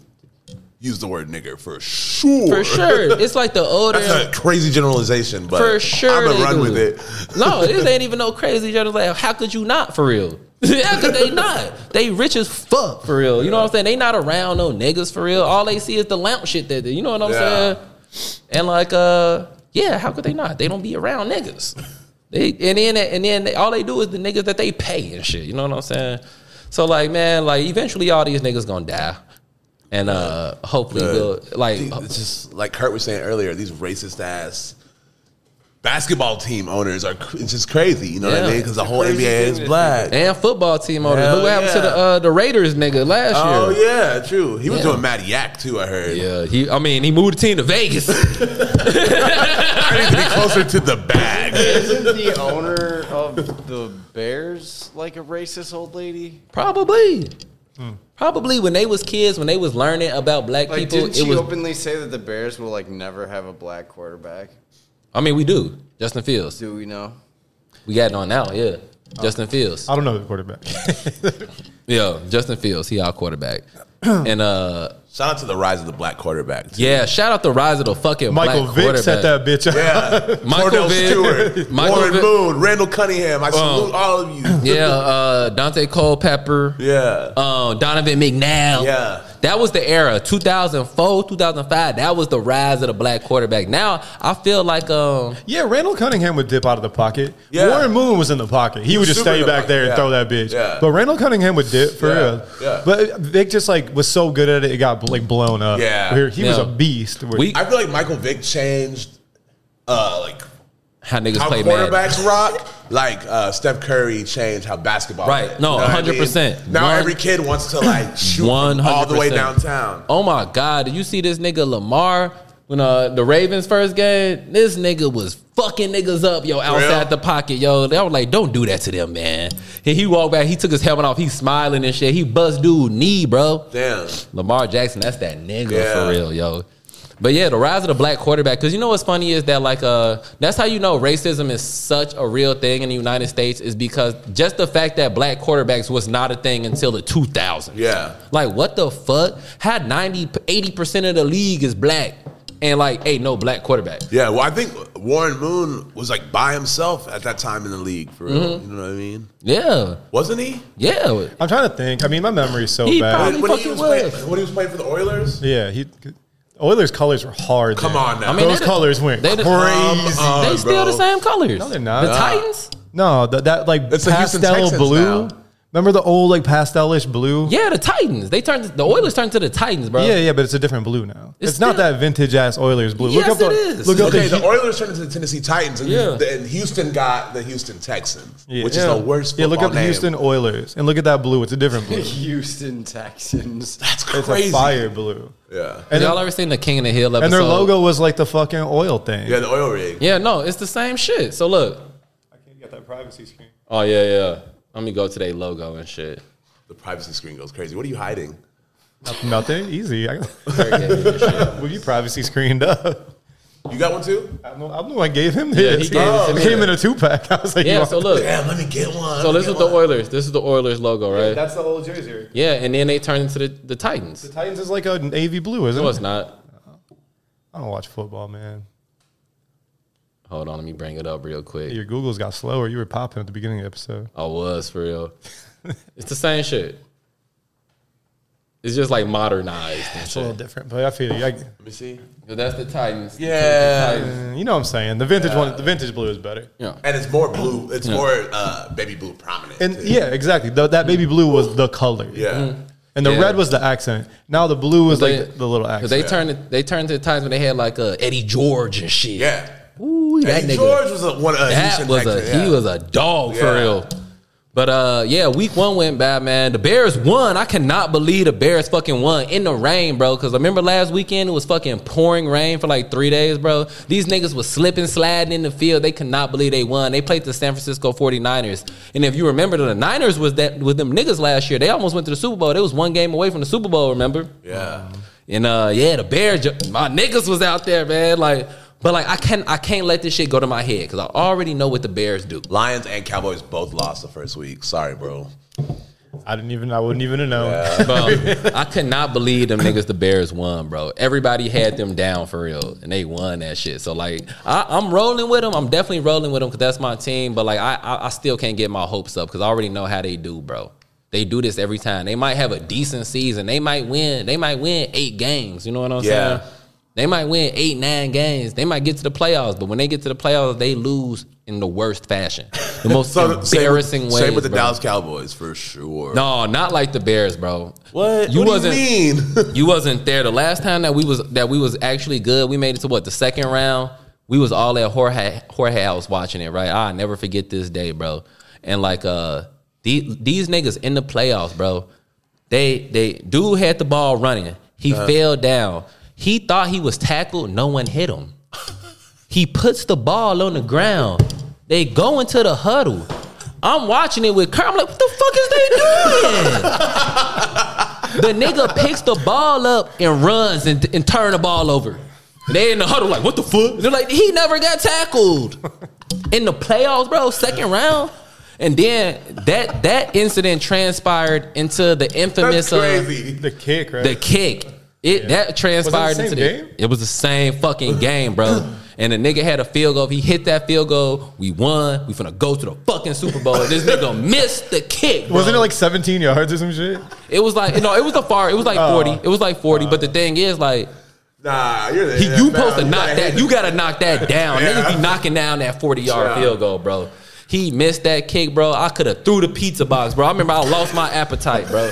S3: use the word nigger for sure. <laughs>
S4: for sure. It's like the older.
S3: That's a crazy generalization, but
S4: For sure
S3: I'm gonna
S4: they
S3: run
S4: do.
S3: with it.
S4: <laughs> No, this ain't even no crazy shit. It's Like, how could you not for real? <laughs> how could they not? They rich as fuck for real. You know what I'm saying? They not around no niggas for real. All they see is the lounge shit that they, you know what I'm
S3: Yeah.
S4: saying? And like, uh, yeah, how could they not? They don't be around niggas. They and then and then they, all they do is the niggas that they pay and shit. You know what I'm saying? So like, man, like eventually all these niggas gonna die. And uh hopefully we'll like
S3: It's uh, just like Kurt was saying earlier, these racist ass basketball team owners are cr- it's just crazy. You know what
S4: Yeah.
S3: I mean? Because the whole
S5: Crazy
S3: NBA is
S5: thing is-
S3: black.
S4: and football team owners.
S3: Hell
S4: Look what happened to
S3: yeah.
S4: the uh the Raiders nigga last year.
S3: Oh yeah, true. He was
S4: Yeah.
S3: doing Matty Yak too. I heard.
S4: Yeah, he. I mean, he moved the team to Vegas. <laughs>
S3: I need to be closer to the bag.
S4: <laughs>
S5: Isn't the owner of the Bears like a racist old lady?
S4: Probably.
S3: Hmm.
S4: Probably when they was kids, when they was learning about black
S5: Like,
S4: people,
S5: didn't she
S4: it was.
S5: openly say that the Bears will like never have a black quarterback?
S4: I mean, we do. Justin Fields.
S5: Do we know?
S4: We got it on now. Yeah,
S3: Oh.
S4: Justin Fields.
S2: I don't know the quarterback.
S4: Yeah, Justin Fields. He our quarterback. <clears throat> and uh,
S3: Shout out to the rise of the black quarterback. too.
S4: yeah, shout out the rise of the fucking
S2: Michael
S4: black
S2: Vick set
S4: quarterback.
S2: that bitch up.
S3: Yeah.
S4: Michael
S3: Cordell
S4: Vick-
S3: Stewart,
S4: <laughs> Michael
S3: Warren
S4: Vick-
S3: Moon, Randall Cunningham. I salute all of you.
S4: Yeah, uh, Dante Culpepper.
S3: Yeah.
S4: uh, Donovan McNabb.
S3: Yeah.
S4: That was the era, 2004, 2005. That was the rise of the black quarterback. Now I feel like um,
S2: Yeah, Randall Cunningham would dip out of the pocket.
S3: Yeah.
S2: Warren Moon was in the pocket. He, would
S3: was
S2: just
S3: super
S2: stay
S3: in the
S2: back
S3: pocket,
S2: there and
S3: yeah.
S2: throw that bitch.
S3: Yeah.
S2: But Randall Cunningham would dip for
S3: Yeah,
S2: real.
S3: yeah.
S2: But Vic just like was so good at it, it got like blown up.
S3: Yeah.
S2: Where he was
S4: Yeah.
S2: a beast. Where-
S4: we
S3: I feel like Michael Vick changed uh like
S4: how niggas
S3: how
S4: play Madden.
S3: quarterbacks rock, like uh, Steph Curry changed how basketball.
S4: Right.
S3: is.
S4: No,
S3: You know what I
S4: 100%.
S3: mean? Now
S4: One-
S3: every kid wants to like shoot
S4: One
S3: all the way
S4: hundred percent.
S3: downtown.
S4: Oh my god! Did you see this nigga Lamar when uh, the Ravens first game? This nigga was fucking niggas up, yo, outside
S3: Real?
S4: the pocket, yo. They was like, "Don't do that to them, man." And he walked back. He took his helmet off. He's smiling and shit. He bust dude knee, bro.
S3: Damn.
S4: Lamar Jackson, that's that nigga
S3: Yeah.
S4: for real, yo. But yeah, the rise of the black quarterback. Because you know what's funny is that like uh, that's how you know racism is such a real thing in the United States is because just the fact that black quarterbacks was not a thing until the 2000s.
S3: Yeah.
S4: Like what the fuck? How 90 80 percent of the league is black and like hey no black quarterback.
S3: Yeah, well, I think Warren Moon was like by himself at that time in the league for real. You know what I mean?
S4: Yeah,
S3: Wasn't he?
S4: yeah.
S2: I'm trying to think. I mean, my memory's so
S4: He
S2: bad.
S4: probably- fucking
S3: was
S4: was.
S3: Playing, when he was playing for the Oilers?
S2: yeah, he. Oilers colors were hard.
S3: Come
S2: then.
S3: on now. I
S4: mean,
S2: those
S4: they-
S2: colors went
S4: they-
S2: crazy.
S3: Come on,
S4: they still
S3: bro.
S4: the same colors.
S2: No, they're not.
S4: The
S2: Nah.
S4: Titans.
S2: no, that, that like
S3: It's the Houston
S2: pastel
S3: Texans
S2: blue.
S3: now.
S2: Remember the old like pastelish blue?
S4: Yeah, the Titans. They turned the Oilers turned to the Titans, bro.
S2: Yeah, yeah, but it's a different blue now. It's,
S4: It's
S2: not
S4: still-
S2: that vintage ass Oilers blue. look
S4: Yes,
S2: up the
S4: it is.
S2: look up
S3: Okay,
S2: the,
S3: the Oilers turned into the Tennessee Titans, and,
S4: Yeah.
S3: the- and Houston got the Houston Texans,
S2: Yeah.
S3: which is the worst.
S2: Yeah, look
S3: football
S2: up
S3: name.
S2: Houston Oilers and look at that blue. It's a different blue.
S5: Houston Texans.
S2: It's
S3: That's crazy.
S2: a fire blue.
S3: Yeah,
S2: And,
S4: Y'all
S2: their-
S4: ever seen the King of the Hill episode?
S2: and their logo was like the fucking oil thing.
S3: yeah, the oil rig.
S4: Yeah, no, it's the same shit. So look.
S2: I can't get that privacy screen.
S4: Oh yeah, yeah. Let me go to their logo and shit.
S3: The privacy screen goes crazy. What are you hiding?
S2: Nothing easy.
S4: <laughs>
S2: I, <laughs> well, you privacy screened up.
S3: You got one too?
S2: I'm the, I'm the one gave him
S4: Yeah, he
S2: this.
S4: gave it to me.
S2: came in a two pack. <laughs> I was like, you
S4: Yeah.
S2: want-
S4: So look.
S3: Damn, let me get one.
S4: So
S3: let me
S4: this
S3: get
S4: is the
S3: one.
S4: Oilers. This is the Oilers logo, right?
S2: that's the old jersey.
S4: Yeah, and then they turned into the, the Titans.
S2: Titans is like a navy blue, isn't
S4: No,
S2: it?
S4: it's not.
S2: I don't watch football, man.
S4: Hold on, let me bring it up real quick.
S2: Your Googles got slower. You were popping at the beginning of the episode.
S4: I was
S2: <laughs>
S4: for real. it's the same shit. It's just like modernized. and
S2: It's a little different, but I feel you. I,
S3: Let me see.
S4: But that's the Titans.
S3: Yeah.
S4: The Titans.
S2: you know what I'm saying. The vintage one, the vintage blue is better.
S4: Yeah.
S3: And it's more blue. It's more uh, baby blue prominent.
S2: And yeah, exactly. The, that baby blue was the color.
S3: yeah.
S2: And the
S4: Yeah.
S2: red was the accent. Now the blue was like the little
S4: Because
S2: accent.
S4: they turned it, they turned to the times when they had like uh, Eddie George and shit.
S3: Yeah.
S4: Ooh, that
S3: And
S4: nigga.
S3: George was a, one. A
S4: that
S3: Houston
S4: was a
S3: actor, yeah.
S4: he was a dog for
S3: Yeah.
S4: real. But uh, yeah, week one went bad, man. The Bears won. I cannot believe the Bears fucking won in the rain, bro. Because remember last weekend it was fucking pouring rain for like three days, bro. These niggas was slipping, sliding in the field. They could not believe they won. They played the San Francisco 49ers. And if you remember, the Niners was that with them niggas last year. They almost went to the Super Bowl. They was one game away from the Super Bowl, remember?
S3: Yeah.
S4: And uh, yeah, the bear, ju- my niggas was out there, man. Like, but like, I can't, I can't let this shit go to my head because I already know what the Bears do.
S3: Lions and Cowboys both lost the first week. Sorry, bro.
S2: I didn't even. I wouldn't even have known.
S4: Bro, I could not believe them niggas the Bears won, bro. Everybody had them down for real, and they won that shit. So like, I, I'm rolling with them. I'm definitely rolling with them because that's my team. But like, I, I I still can't get my hopes up because I already know how they do, bro. They do this every time. They might have a decent season. They might win. They might win eight games. You know what I'm
S3: Yeah.
S4: saying? They might win eight, nine games. They might get to the playoffs, but when they get to the playoffs, they lose in the worst fashion,
S3: <laughs>
S4: the most embarrassing
S3: same,
S4: way.
S3: Same with the Dallas Cowboys for sure.
S4: No, not like the Bears, bro.
S3: What?
S4: You
S3: What do
S4: wasn't
S3: you mean? <laughs>
S4: <laughs> you wasn't there the last time that we was that we was actually good. We made it to what the second round. We was all at Jorge Jorge House watching it, right? I never forget this day, bro. And like uh these, these niggas in the playoffs, bro. They they dude had the ball running. He fell down. He thought he was tackled. No one hit him. He puts the ball on the ground. They go into the huddle. I'm watching it with Kurt. I'm like, what the fuck is they doing? <laughs> the nigga picks the ball up and runs and, and turn the ball over. And they in the huddle like, what the fuck? They're like, he never got tackled in the playoffs, bro. Second round. And then that that incident transpired into the infamous
S3: That's
S4: uh,
S3: crazy.
S2: The kick, right?
S4: the kick. It that transpired
S2: Was it the
S4: into
S2: same
S4: the
S2: game?
S4: It was the same fucking game, bro. And the nigga had a field goal. If he hit that field goal, we won. We finna go to the fucking Super Bowl. And this nigga missed the kick. bro.
S2: Wasn't it like 17 yards or some shit?
S4: It was like no, it was the far. It was like
S2: Oh.
S4: forty. It was like forty. but the thing is, like
S3: nah, you're the
S4: he, you supposed to
S3: you
S4: knock
S3: gotta
S4: that.
S3: hit
S4: You
S3: it.
S4: gotta knock
S2: <laughs>
S4: that down.
S3: Yeah.
S4: Niggas be knocking down that forty yard
S3: Yeah.
S4: field goal, bro. He missed that kick, bro. I could have threw the pizza box, bro. I remember I lost my appetite, bro.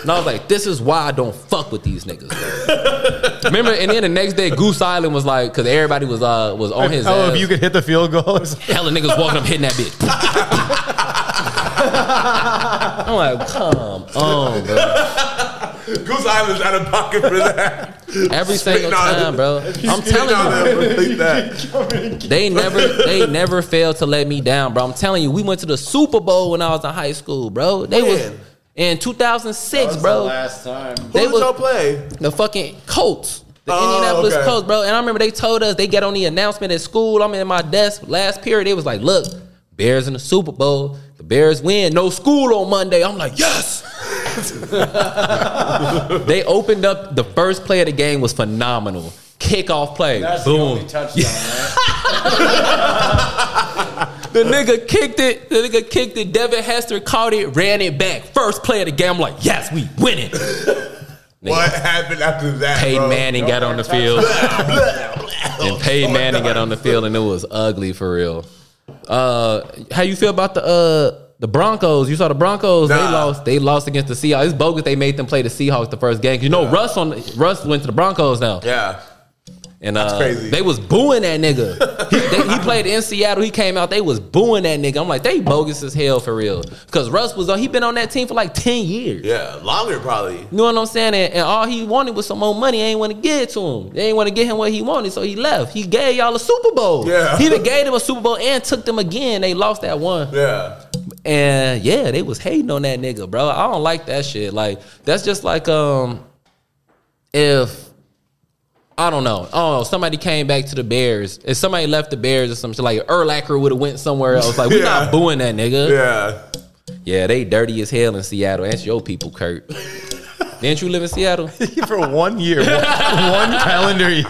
S4: And I was like, this is why I don't fuck with these niggas. Bro.
S2: <laughs>
S4: remember, and then the next day, Goose Island was like, because everybody was uh was on his.
S2: oh,
S4: ass.
S2: if you could hit the field goal. Or something. <laughs>
S4: Hella niggas walking up hitting that bitch. I'm like, come on, bro.
S3: Goose Island's out of pocket for that.
S4: <laughs> Every
S3: Spitting
S4: single
S3: on it.
S4: time, bro. I'm telling you,
S3: you, that.
S4: They never they never failed to let me down, bro. I'm telling you, we went to the Super Bowl when I was in high school, bro. They was
S3: When?
S4: in 2006,
S5: That's the
S4: bro.
S5: last time.
S4: They
S3: Who was
S4: was
S3: y'all play?
S4: the fucking Colts. The
S3: Oh,
S4: Indianapolis
S3: okay.
S4: Colts, bro. And I remember they told us they get on the announcement at school. I'm in my desk last period. It was like, look, Bears in the Super Bowl. The Bears win. No school on Monday. I'm like, yes. <laughs> they opened up the first play of the game was phenomenal. Kickoff play.
S5: That's
S4: Boom.
S5: the only touchdown, right?
S4: <laughs> The nigga kicked it. The nigga kicked it. Devin Hester caught it, ran it back. First play of the game. I'm like, yes, we win it.
S3: What happened after that?
S4: Peyton
S3: bro?
S4: Manning got on the field. and Peyton
S3: Oh,
S4: Manning got on the field, and it was ugly for real. Uh, how you feel about the uh the Broncos? You saw the Broncos. They
S3: Nah.
S4: lost. They lost against the Seahawks. It's bogus. They made them play the Seahawks the first game. You know, Russ on Russ went to the Broncos now.
S3: Yeah.
S4: And uh,
S3: crazy.
S4: they was booing that
S3: <laughs>
S4: nigga. he, they- he played in Seattle. He came out. They was booing that nigga. I'm like, they bogus as hell for real. Because Russ was on. He been on that team for like ten years.
S3: Yeah. Longer probably.
S4: You know what I'm saying? And, and all he wanted was some more money. They ain't want to give it to him. They ain't want to get him what he wanted, so he left. He gave y'all a Super Bowl.
S3: Yeah.
S4: He even gave them a Super Bowl and took them again. They lost that one.
S3: Yeah.
S4: And yeah, they was hating on that nigga, bro. I don't like that shit. Like that's just like um if I don't know. Oh, somebody came back to the Bears. If somebody left the Bears or some shit, like Erlacher would have went somewhere else. Like we
S3: <laughs> Yeah.
S4: not booing that nigga.
S3: Yeah.
S4: Yeah. they dirty as hell in Seattle. That's your people, Kurt. Didn't you live in Seattle?
S2: for one year, one, one <laughs> calendar year.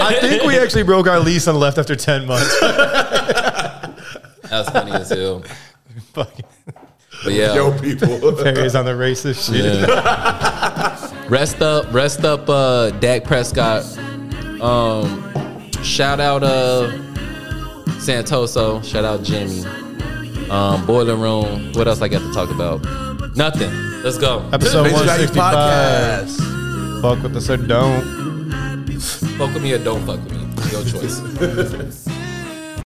S2: I think we actually broke our lease and left after ten months.
S4: That's funny as hell.
S2: Fucking
S4: But yeah,
S3: Yo,
S4: <laughs>
S3: people.
S2: Perry's on the racist shit.
S4: rest up, rest up, uh, Dak Prescott. Um, shout out, uh, Santoso. Shout out, Jimmy. Um, Boiler Room. What else I got to talk about? Nothing. Let's go.
S2: Episode
S3: Bitch
S2: one
S3: Value
S2: sixty five.
S3: Podcast.
S2: Fuck with us or don't.
S4: Fuck with me or don't fuck with me. Your choice.